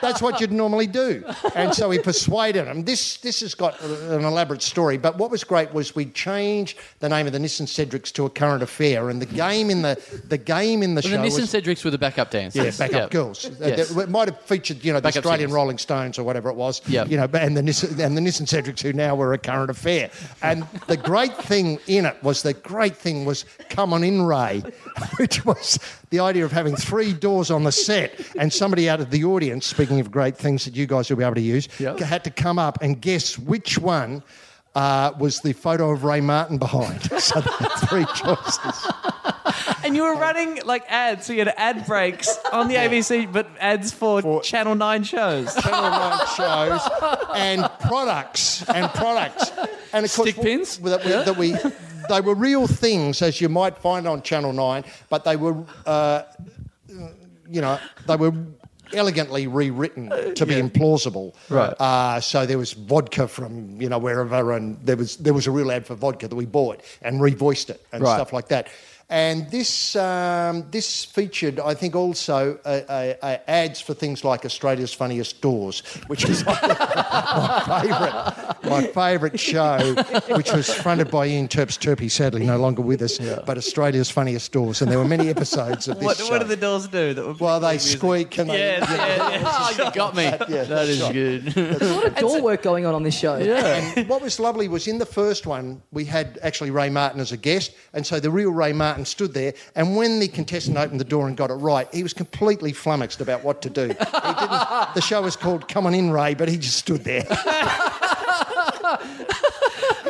Speaker 4: That's what you'd normally do. And so he persuaded him. This, this has got a- an elaborate story, but what was great was we changed the name of the Nissan Cedrics to a current affair, and the game in the, the, game in the
Speaker 2: And
Speaker 4: show
Speaker 2: the Nissan
Speaker 4: was
Speaker 2: Cedrics were the backup dancers.
Speaker 4: Yeah, backup girls. Uh,
Speaker 2: Yes.
Speaker 4: that- It might have featured, you know, the
Speaker 2: Backup
Speaker 4: Australian
Speaker 2: singers.
Speaker 4: Rolling Stones or whatever it was.
Speaker 2: Yep.
Speaker 4: You know, and the Nissan, and the Nissan Cedrics, who now were a current affair. And the great thing in it was the great thing was "Come on in, Ray," which was the idea of having three doors on the set and somebody out of the audience. Speaking of great things that you guys will be able to use,
Speaker 2: Yep.
Speaker 4: had to come up and guess which one. Uh, was the photo of Ray Martin behind? So they had three choices.
Speaker 5: And you were running like ads, so you had ad breaks on the ABC, but ads for,
Speaker 4: For-
Speaker 5: Channel Nine shows.
Speaker 4: Channel Nine shows and products and products and of course
Speaker 2: Stick pins?
Speaker 4: that we, that we they were real things as you might find on Channel Nine, but they were uh, you know they were. Elegantly
Speaker 5: Uh,
Speaker 4: rewritten to be implausible,
Speaker 2: Right.
Speaker 4: Uh, so there was vodka from you know wherever, and there was there was a real ad for vodka that we bought and revoiced it and
Speaker 2: Right.
Speaker 4: stuff like that. And this um, this featured, I think, also uh, uh, uh, ads for things like Australia's Funniest Doors, which is my favourite my favourite show, which was fronted by Ian Terps Turpie, sadly no longer with us, but Australia's Funniest Doors, and there were many episodes of this
Speaker 5: What,
Speaker 4: show.
Speaker 5: what do the doors do? That were
Speaker 4: well, they
Speaker 5: music?
Speaker 4: squeak and they
Speaker 5: Yes,
Speaker 4: you know,
Speaker 5: yeah, yeah.
Speaker 2: Oh, you got me.
Speaker 4: yeah,
Speaker 2: that is
Speaker 4: sure.
Speaker 2: good.
Speaker 1: There's a lot of door work going on on this show.
Speaker 4: And what was lovely was in the first one, we had actually Ray Martin as a guest. And so the real Ray Martin stood there. And when the contestant opened the door and got it right, he was completely flummoxed about what to do. He didn't, the show was called Come On In, Ray, but he just stood there.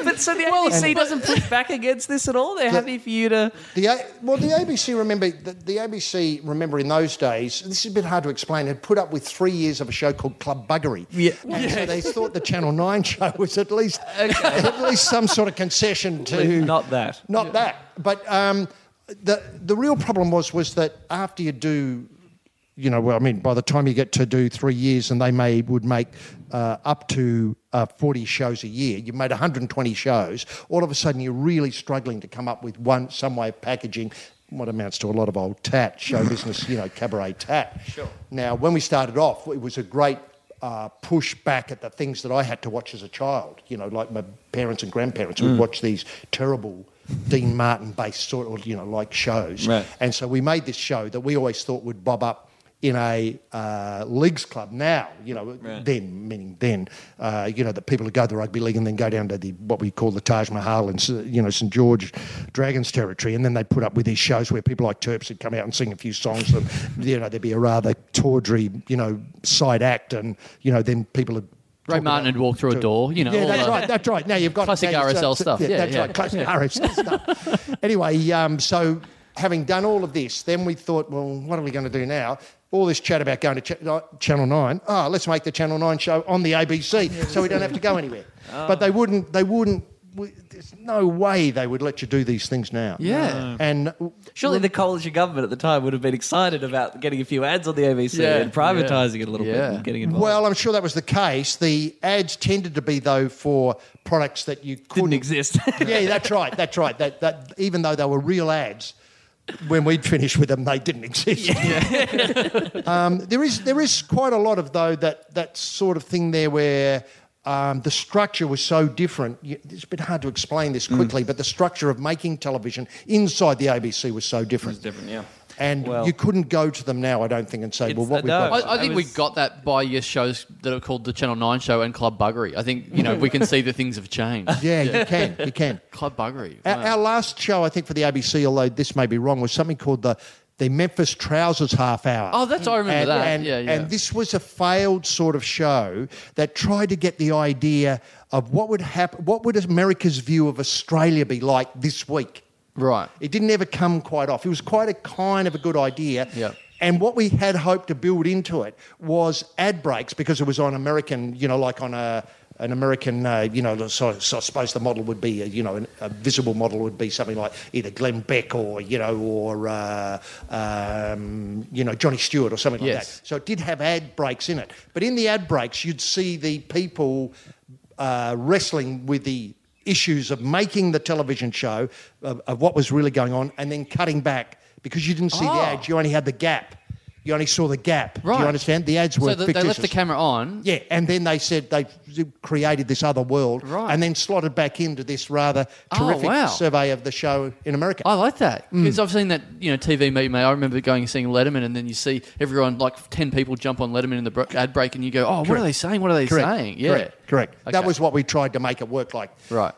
Speaker 5: But so the ABC doesn't push back against this at all. They're happy for you to.
Speaker 4: The A- well, the ABC remember the, the ABC remember in those days. This is a bit hard to explain. Had put up with three years of a show called Club Buggery.
Speaker 5: Yeah.
Speaker 4: And So they thought the Channel Nine show was at least at least some sort of concession to
Speaker 5: Not that.
Speaker 4: not that. But um, the the real problem was was that after you do, you know, well, I mean, by the time you get to do three years, and they may would make uh, up to uh, forty shows a year. You made one hundred and twenty shows. All of a sudden, you're really struggling to come up with one some way of packaging. What amounts to a lot of old tat, show business, you know, cabaret tat. Sure. Now, when we started off, it was a great uh, push back at the things that I had to watch as a child. You know, like my parents and grandparents would watch these terrible Dean Martin based sort of, you know, like shows.
Speaker 5: Right.
Speaker 4: And so we made this show that we always thought would bob up in a uh, leagues club now, you know, then, meaning then, uh, you know, that people would go to the rugby league and then go down to the what we call the Taj Mahal and, uh, you know, St. George Dragons territory. And then they put up with these shows where people like Terps would come out and sing a few songs. and, you know, there'd be a rather tawdry, you know, side act. And, you know, then people would.
Speaker 2: Ray
Speaker 4: talk
Speaker 2: Martin
Speaker 4: about-
Speaker 2: had walked through a door, you know.
Speaker 4: yeah,
Speaker 2: all
Speaker 4: that's
Speaker 2: that.
Speaker 4: right. That's right. Now you've got
Speaker 2: Classic
Speaker 4: now you've
Speaker 2: RSL
Speaker 4: got-
Speaker 2: stuff. Yeah,
Speaker 4: that's
Speaker 2: yeah.
Speaker 4: right. Classic RSL stuff. Anyway, um, so having done all of this, then we thought, well, what are we going to do now? All this chat about going to ch- uh, Channel Nine. Oh, let's make the Channel Nine show on the ABC, so we don't have to go anywhere. But they wouldn't. They wouldn't. We, there's no way they would let you do these things now.
Speaker 2: Yeah.
Speaker 4: And
Speaker 5: Surely the coalition government at the time would have been excited about getting a few ads on the ABC
Speaker 2: Yeah,
Speaker 5: and privatising it a little
Speaker 2: yeah.
Speaker 5: bit and getting involved.
Speaker 4: well, I'm sure that was the case. The ads tended to be though for products that you couldn't
Speaker 5: didn't exist.
Speaker 4: yeah, that's right. That's right. That that even though they were real ads, when we'd finished with them, they didn't exist. um, there is there is quite a lot of though that that sort of thing there where. Um, the structure was so different. You- It's a bit hard to explain
Speaker 5: Mm.
Speaker 4: this quickly, but the structure of making television inside the ABC was so different.
Speaker 5: different, yeah.
Speaker 4: And
Speaker 5: Well-
Speaker 4: you couldn't go to them now, I don't think, and say,
Speaker 5: It's-
Speaker 4: "Well, what
Speaker 5: uh,
Speaker 4: we've
Speaker 5: no.
Speaker 4: got."
Speaker 2: I, I think
Speaker 5: I
Speaker 2: we
Speaker 5: was-
Speaker 2: got that by your shows that are called the Channel 9 show and Club Buggery. I think, you know, we can see the things have changed.
Speaker 4: yeah, you can, you can.
Speaker 2: Club Buggery.
Speaker 4: Our, our last show, I think, for the ABC, although this may be wrong, was something called the the Memphis Trousers Half Hour.
Speaker 2: Oh, that's- I remember
Speaker 4: and,
Speaker 2: that.
Speaker 4: And,
Speaker 2: Yeah, yeah.
Speaker 4: and this was a failed sort of show that tried to get the idea of what would happen. What would America's view of Australia be like this week?
Speaker 2: Right.
Speaker 4: It didn't ever come quite off. It was quite a kind of a good idea.
Speaker 2: Yeah.
Speaker 4: And what we had hoped to build into it was ad breaks because it was on American, you know, like on a an American, uh, you know, so, so I suppose the model would be, uh, you know, an, a visible model would be something like either Glenn Beck or, you know, or, uh, um, you know, Johnny Stewart or something like
Speaker 2: Yes.
Speaker 4: that. So it did have ad breaks in it. But in the ad breaks, you'd see the people uh, wrestling with the issues of making the television show of, of what was really going on and then cutting back because you didn't see the ads, you only had the gap. You only saw the gap. Do
Speaker 2: Oh. Right.
Speaker 4: you understand? The ads were
Speaker 2: So the, they
Speaker 4: fictitious.
Speaker 2: left the camera on.
Speaker 4: Yeah, and then they said they created this other world
Speaker 2: Right.
Speaker 4: and then slotted back into this rather
Speaker 2: Oh,
Speaker 4: terrific
Speaker 2: wow. Oh,
Speaker 4: survey of the show in America.
Speaker 2: I like that
Speaker 4: Mm.
Speaker 2: because I've seen that you know TV meet. Mate, I remember going and seeing Letterman, and then you see everyone like ten people jump on Letterman in the bro- ad break, and you go, "Oh, what are they saying? What are they
Speaker 4: Correct.
Speaker 2: saying?" Yeah,
Speaker 4: Correct. Correct. That
Speaker 2: Okay.
Speaker 4: was what we tried to make it work like.
Speaker 2: right.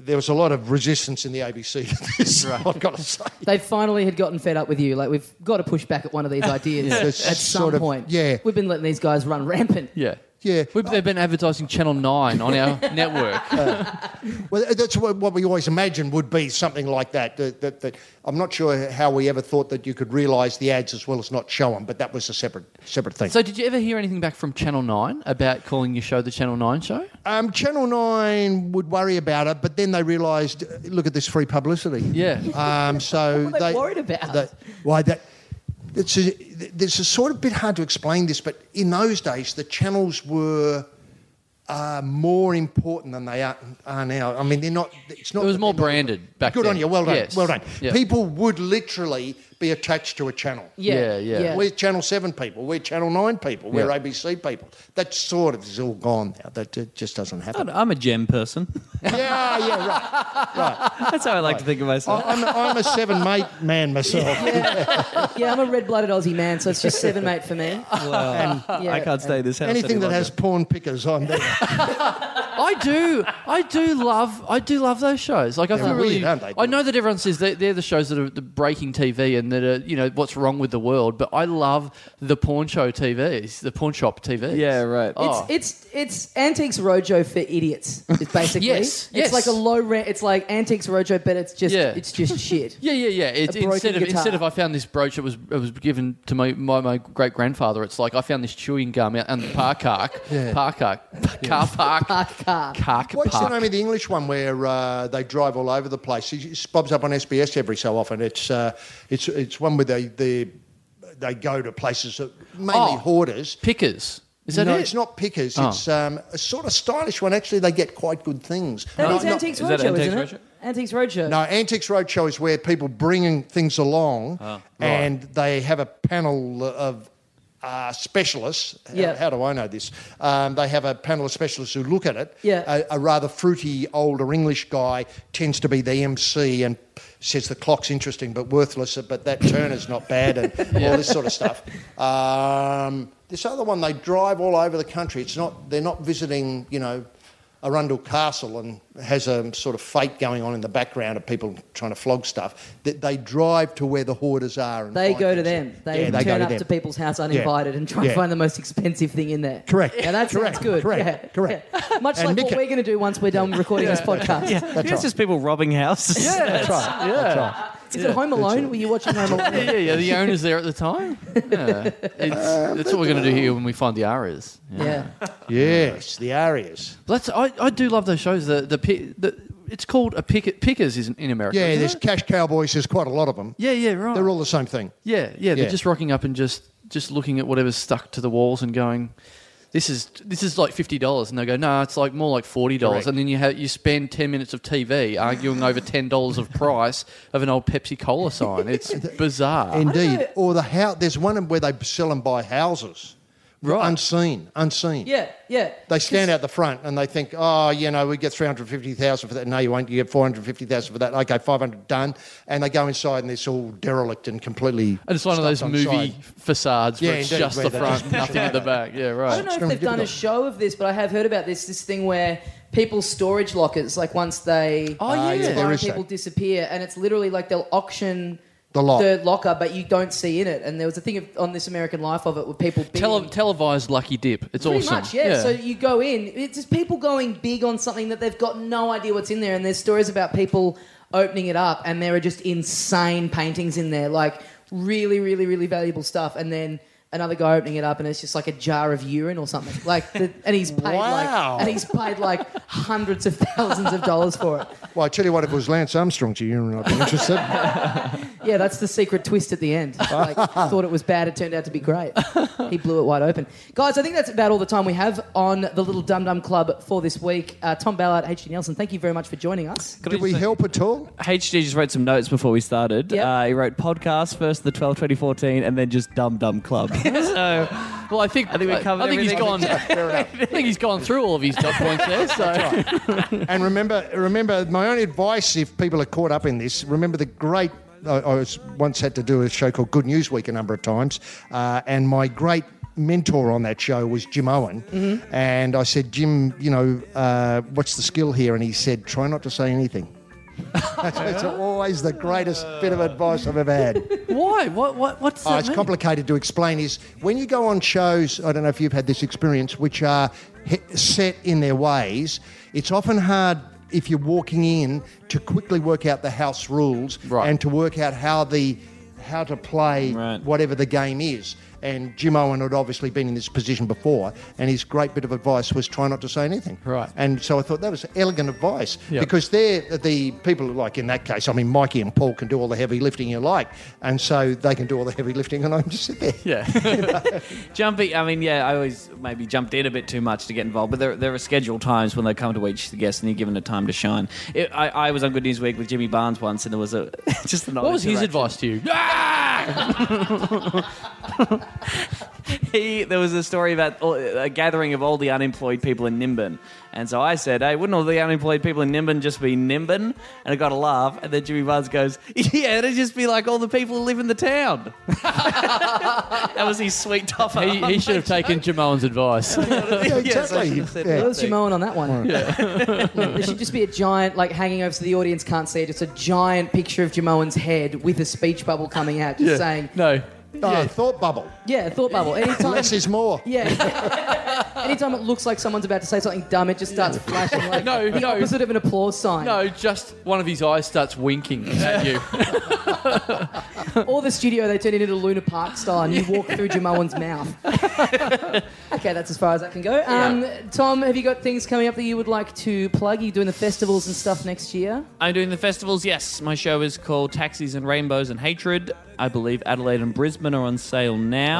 Speaker 4: There was a lot of resistance in the ABC. to this, I've got to say.
Speaker 1: They finally had gotten fed up with you. Like we've got to push back at one of these ideas at
Speaker 4: There's
Speaker 1: some
Speaker 4: sort of-
Speaker 1: point.
Speaker 4: yeah.
Speaker 1: we've been letting these guys run rampant.
Speaker 2: Yeah,
Speaker 4: Yeah.
Speaker 2: We've, they've been advertising Channel Nine on our network.
Speaker 4: Well, that's what, what we always imagined would be something like that. That, that, that- I'm not sure how we ever thought that you could realise the ads as well as not show them, but that was a separate separate thing.
Speaker 2: So, did you ever hear anything back from Channel Nine about calling your show the Channel Nine Show?
Speaker 4: um, Channel Nine would worry about it, but then they realised, uh, look at this free publicity.
Speaker 2: Yeah.
Speaker 4: Um, so
Speaker 1: What were they worried about?
Speaker 4: why that? It's a, it's a sort of bit hard to explain this, but in those days the channels were. Uh, more important than they are, are now. I mean, they're not. It's not.
Speaker 2: It was
Speaker 4: that
Speaker 2: more
Speaker 4: they're not-
Speaker 2: branded back
Speaker 4: Good
Speaker 2: then.
Speaker 4: on you. Well done.
Speaker 2: Yes.
Speaker 4: Well done.
Speaker 2: Yeah.
Speaker 4: People would literally be attached to a channel.
Speaker 2: Yeah, yeah.
Speaker 4: We're Channel 7 people. We're Channel 9 people. We're
Speaker 2: Yeah.
Speaker 4: ABC people. That sort of is all gone now. That it just doesn't happen.
Speaker 5: I'm a gem person.
Speaker 4: yeah, yeah, right.
Speaker 5: That's how I like to think of myself.
Speaker 4: I- I'm, I'm a seven mate man myself.
Speaker 1: Yeah, I'm a red-blooded Aussie man, so it's just seven mate for me.
Speaker 5: Well,
Speaker 1: Yeah.
Speaker 5: Oh, I can't stay in this house.
Speaker 4: Anything
Speaker 5: any
Speaker 4: that has
Speaker 5: longer.
Speaker 4: porn pickers on there.
Speaker 2: I do. I do love. I do love those shows. Like I feel really.
Speaker 4: brilliant, aren't they?
Speaker 2: I know that everyone says they're, they're the shows that are the breaking TV and that are you know what's wrong with the world. But I love the pawn show TVs, the pawn shop TVs.
Speaker 5: Yeah, right.
Speaker 2: Oh.
Speaker 1: It's it's Antiques Rojo for idiots. It's basically
Speaker 2: Yes,
Speaker 1: it's
Speaker 2: yes.
Speaker 1: like a low rent. It's like Antiques Rojo, but it's just
Speaker 2: Yeah.
Speaker 1: it's just shit.
Speaker 2: Yeah, yeah, yeah. It,
Speaker 1: A broken
Speaker 2: instead of
Speaker 1: guitar.
Speaker 2: instead of I found this brooch that was it was given to my my, my great grandfather. It's like I found this chewing gum out in the park park
Speaker 4: Yeah.
Speaker 2: park park car park park
Speaker 1: car.
Speaker 2: park.
Speaker 4: What's the name of the English one where uh, they drive all over the place? It just bobs up on SBS every so often. It's uh, it's it's one where they they, they go to places that mainly
Speaker 2: Oh.
Speaker 4: hoarders.
Speaker 2: Pickers. Is that
Speaker 4: no,
Speaker 2: it?
Speaker 4: it's not pickers.
Speaker 2: Oh.
Speaker 4: It's um, a sort of stylish one. Actually, they get quite good things.
Speaker 1: That
Speaker 4: No,
Speaker 1: is
Speaker 4: no-
Speaker 1: Antiques
Speaker 5: is
Speaker 1: Rojo,
Speaker 5: that
Speaker 1: isn't
Speaker 5: Antiques
Speaker 1: it? Antiques Rojo.
Speaker 4: No, Antiques Roadshow is where people bringing things along and they have a panel of uh, specialists. How-
Speaker 1: Yeah.
Speaker 4: How, do I know this? Um, they have a panel of specialists who look at it.
Speaker 1: Yeah.
Speaker 4: A, a rather fruity older English guy tends to be the MC and says the clock's interesting but worthless, but that turn is not bad and all this sort of stuff. Um, this other one, they drive all over the country. It's not, they're not visiting, you know, Arundel Castle and has a sort of fate going on in the background of people trying to flog stuff. That they drive to where the hoarders are and
Speaker 1: They
Speaker 4: find
Speaker 1: go to
Speaker 4: things.
Speaker 1: them. They,
Speaker 4: Yeah, they
Speaker 1: turn
Speaker 4: go
Speaker 1: up
Speaker 4: to
Speaker 1: to
Speaker 4: them.
Speaker 1: people's house uninvited and try
Speaker 4: Yeah.
Speaker 1: and find the most expensive thing in there.
Speaker 4: Correct.
Speaker 1: Yeah, that sounds
Speaker 4: Correct.
Speaker 1: good.
Speaker 4: Correct.
Speaker 1: Yeah.
Speaker 4: Correct.
Speaker 1: Yeah. Much
Speaker 4: And
Speaker 1: like
Speaker 4: nick
Speaker 1: what
Speaker 4: it.
Speaker 1: we're going to do once we're done recording this podcast.
Speaker 5: Yeah, it's
Speaker 4: right.
Speaker 5: just people robbing houses.
Speaker 2: Yeah, that's right. Yeah.
Speaker 1: Is it Home Alone? Were you watching Home Alone?
Speaker 2: Yeah, yeah, the owner's there at the time. Yeah. It's, that's what we're going to do here when we find the Aras. Yeah.
Speaker 1: yeah.
Speaker 4: Yes, the Arias.
Speaker 2: That's, I, I do love those shows. The, the, pi- the It's called a picket, Pickers is in America.
Speaker 4: Yeah,
Speaker 2: isn't
Speaker 4: there's
Speaker 2: it?
Speaker 4: cash cowboys. There's quite a lot of them.
Speaker 2: Yeah, yeah, right.
Speaker 4: They're all the same thing.
Speaker 2: yeah, yeah, they're
Speaker 4: Yeah.
Speaker 2: just rocking up and just, just looking at whatever's stuck to the walls and going, this is this is like fifty dollars, and they go, no, it's like more like forty dollars,
Speaker 4: Correct.
Speaker 2: and then you have, you spend ten minutes of TV arguing over ten dollars of price of an old Pepsi Cola sign. It's bizarre.
Speaker 4: Indeed. Or the house. There's one where they sell and buy houses.
Speaker 2: Right.
Speaker 4: Unseen. Unseen.
Speaker 1: Yeah. Yeah.
Speaker 4: They stand out the front and they think, oh, you know, we get 350,000 for that. No, you won't. You get 450,000 for that. Okay, 500 done. And they go inside and it's all derelict and completely.
Speaker 2: And it's one of those
Speaker 4: stuffed on
Speaker 2: movie
Speaker 4: side.
Speaker 2: facades where
Speaker 4: Yeah,
Speaker 2: it's
Speaker 4: indeed,
Speaker 2: just
Speaker 4: where
Speaker 2: the
Speaker 4: they
Speaker 2: front,
Speaker 4: just-
Speaker 2: nothing at the back. Yeah,
Speaker 1: I don't
Speaker 2: right.
Speaker 1: know if
Speaker 4: Extremely
Speaker 1: they've done a
Speaker 4: difficult.
Speaker 1: show of this, but I have heard about this this thing where people's storage lockers, like once they
Speaker 2: Oh, yeah.
Speaker 1: it's
Speaker 2: Yeah,
Speaker 1: fine,
Speaker 4: there is
Speaker 1: people
Speaker 4: that.
Speaker 1: disappear, and it's literally like they'll auction
Speaker 4: The lock.
Speaker 1: locker, but you don't see in it. And there was a thing of, on This American Life of it where people being,
Speaker 2: Tele- televised lucky dip. It's
Speaker 1: pretty
Speaker 2: awesome.
Speaker 1: much, yeah. So you go in, it's just people going big on something that they've got no idea what's in there, and there's stories about people opening it up, and there are just insane paintings in there, like really, really, really valuable stuff, and then. Another guy opening it up and it's just like a jar of urine or something. Like, the, and he's paid
Speaker 4: Wow.
Speaker 1: like, and he's paid like hundreds of thousands of dollars for it.
Speaker 4: Well, I tell you what, if it was Lance Armstrong to you, I'd be interested.
Speaker 1: Yeah, that's the secret twist at the end. Like, thought it was bad, it turned out to be great. He blew it wide open. Guys, I think that's about all the time we have on the Little Dum Dum Club for this week. Uh, Tom Ballard, H.D. Nelson, thank you very much for joining us.
Speaker 4: Did we help at all?
Speaker 5: HD just wrote some notes before we started.
Speaker 1: Yep.
Speaker 5: Uh, he wrote podcast first, the 12 2014, and then just Dumb Dumb Club. so
Speaker 2: well, I think I
Speaker 5: think we covered
Speaker 2: I think he's gone.
Speaker 5: everything.
Speaker 4: Fair enough.
Speaker 2: I think he's gone through all of his top points there. So
Speaker 4: And remember, remember, my only advice if people are caught up in this, remember the great. I I was once had to do a show called Good News Week a number of times, uh, and my great mentor on that show was Jim Owen. And I said, Jim, you know, uh, what's the skill here? And he said, try not to say anything. That's always the greatest bit of advice I've ever had.
Speaker 2: why? What? What? What's
Speaker 4: Oh,
Speaker 2: that
Speaker 4: it's
Speaker 2: mean?
Speaker 4: complicated to explain. Is when you go on shows, I don't know if you've had this experience, which are he- set in their ways. It's often hard if you're walking in to quickly work out the house rules
Speaker 2: Right.
Speaker 4: and to work out how the how to play
Speaker 5: Right.
Speaker 4: whatever the game is. And Jim Owen had obviously been in this position before, and his great bit of advice was try not to say anything.
Speaker 2: Right.
Speaker 4: And so I thought that was elegant advice
Speaker 2: Yeah.
Speaker 4: because they're the people like in that case. I mean, Mikey and Paul can do all the heavy lifting you like, and so they can do all the heavy lifting, and I'm just sit there.
Speaker 2: Yeah.
Speaker 5: jumping, I mean, yeah, I always maybe jumped in a bit too much to get involved, but there, there are scheduled times when they come to each guest and you're given a time to shine. It, I, I was on Good News Week with Jimmy Barnes once, and there was a just an odd
Speaker 2: what was his
Speaker 5: interaction.
Speaker 2: advice to you? Ah!
Speaker 5: he there was a story about all- a gathering of all the unemployed people in Nimbin, and so I said, "Hey, wouldn't all the unemployed people in Nimbin just be Nimbin?" And I got a laugh, and then Jimmy Buzz goes, "Yeah, it'd just be like all the people who live in the town." that was his sweet topper.
Speaker 2: He, he should have taken Jamoan's advice.
Speaker 4: Yeah, exactly.
Speaker 5: should've said
Speaker 4: Yeah.
Speaker 5: that.
Speaker 1: Where's Shimon on that one? there should just be a giant, like hanging over so the audience can't see it. Just a giant picture of Jamoan's head with a speech bubble coming out, just
Speaker 2: Yeah.
Speaker 1: saying,
Speaker 2: No.
Speaker 4: Oh, thought bubble.
Speaker 1: "Yeah, thought bubble." Anytime,
Speaker 4: Less is more.
Speaker 1: yeah. Anytime it looks like someone's about to say something dumb, it just starts flashing like
Speaker 2: No,
Speaker 1: the
Speaker 2: no.
Speaker 1: opposite of an applause sign.
Speaker 2: No, just one of his eyes starts winking at you.
Speaker 1: Or the studio they turn it into Luna Park style, and you walk through Jamoan's mouth. okay, that's as far as that can go. Um, Tom, have you got things coming up that you would like to plug? Are you doing the festivals and stuff next year?
Speaker 5: I'm doing the festivals. Yes, my show is called Taxis and Rainbows and Hatred. I believe Adelaide and Brisbane are on sale now.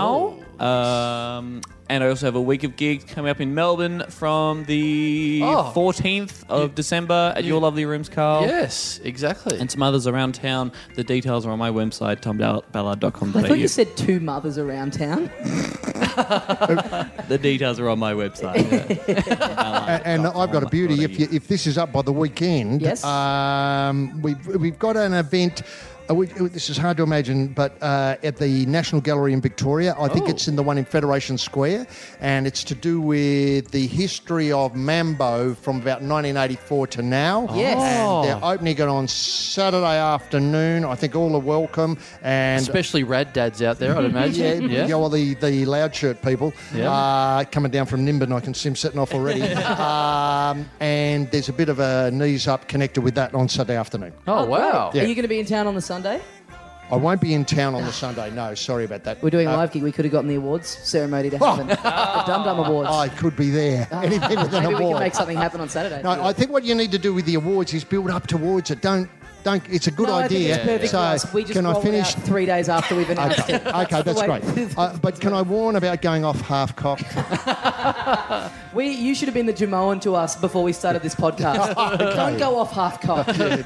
Speaker 1: Oh,
Speaker 5: um, and I also have a week of gigs coming up in Melbourne from the
Speaker 2: Oh.
Speaker 5: 14th of December at your lovely rooms, Carl.
Speaker 2: yes, exactly.
Speaker 5: And some others around town. The details are on my website,
Speaker 1: I thought you
Speaker 5: tomballard.com.au.
Speaker 1: said two mothers around town.
Speaker 5: The details are on my website. yeah.
Speaker 4: A- And, I've got a beauty. If, you, if this is up by the weekend,
Speaker 1: Yes.
Speaker 4: um, we've, we've got an event. uh, we- uh, this is hard to imagine, but uh, at the National Gallery in Victoria, I think
Speaker 1: Oh.
Speaker 4: it's in the one in Federation Square, and it's to do with the history of Mambo from about 1984 to now.
Speaker 1: Yes.
Speaker 4: And they're opening it on Saturday afternoon. I think all are welcome. And
Speaker 2: Especially rad dads out there, I'd imagine.
Speaker 4: yeah,
Speaker 2: Yeah.
Speaker 4: yeah. Well, the, the loud shirt people
Speaker 2: Yeah.
Speaker 4: uh, coming down from Nimbin. I can see them setting off already. um, and there's a bit of a knees up connected with that on Sunday afternoon.
Speaker 2: Oh, wow.
Speaker 1: Are you going to be in town on the Sunday?
Speaker 4: I won't be in town on the Sunday. No, sorry about that.
Speaker 1: We're doing a
Speaker 4: Uh, Oh.
Speaker 1: live gig. We could have gotten the awards ceremony to happen. the Dum Dum Awards.
Speaker 4: I could be there. Anything with an
Speaker 1: Maybe we
Speaker 4: award.
Speaker 1: can make something happen on Saturday.
Speaker 4: No, I think what you need to do with the awards is build up towards it. Don't don't. It's a good
Speaker 1: No, I think
Speaker 4: idea.
Speaker 1: it's perfect
Speaker 4: so
Speaker 1: for us. We just
Speaker 4: can I
Speaker 1: roll it
Speaker 4: finish?
Speaker 1: out three days after we've announced
Speaker 4: Okay,
Speaker 1: it.
Speaker 4: okay, that's
Speaker 1: the way-
Speaker 4: great. Uh, but can I warn about going off half cocked?
Speaker 1: We, you should have been the Jamoan to us before we started this podcast. Don't go off half cocked.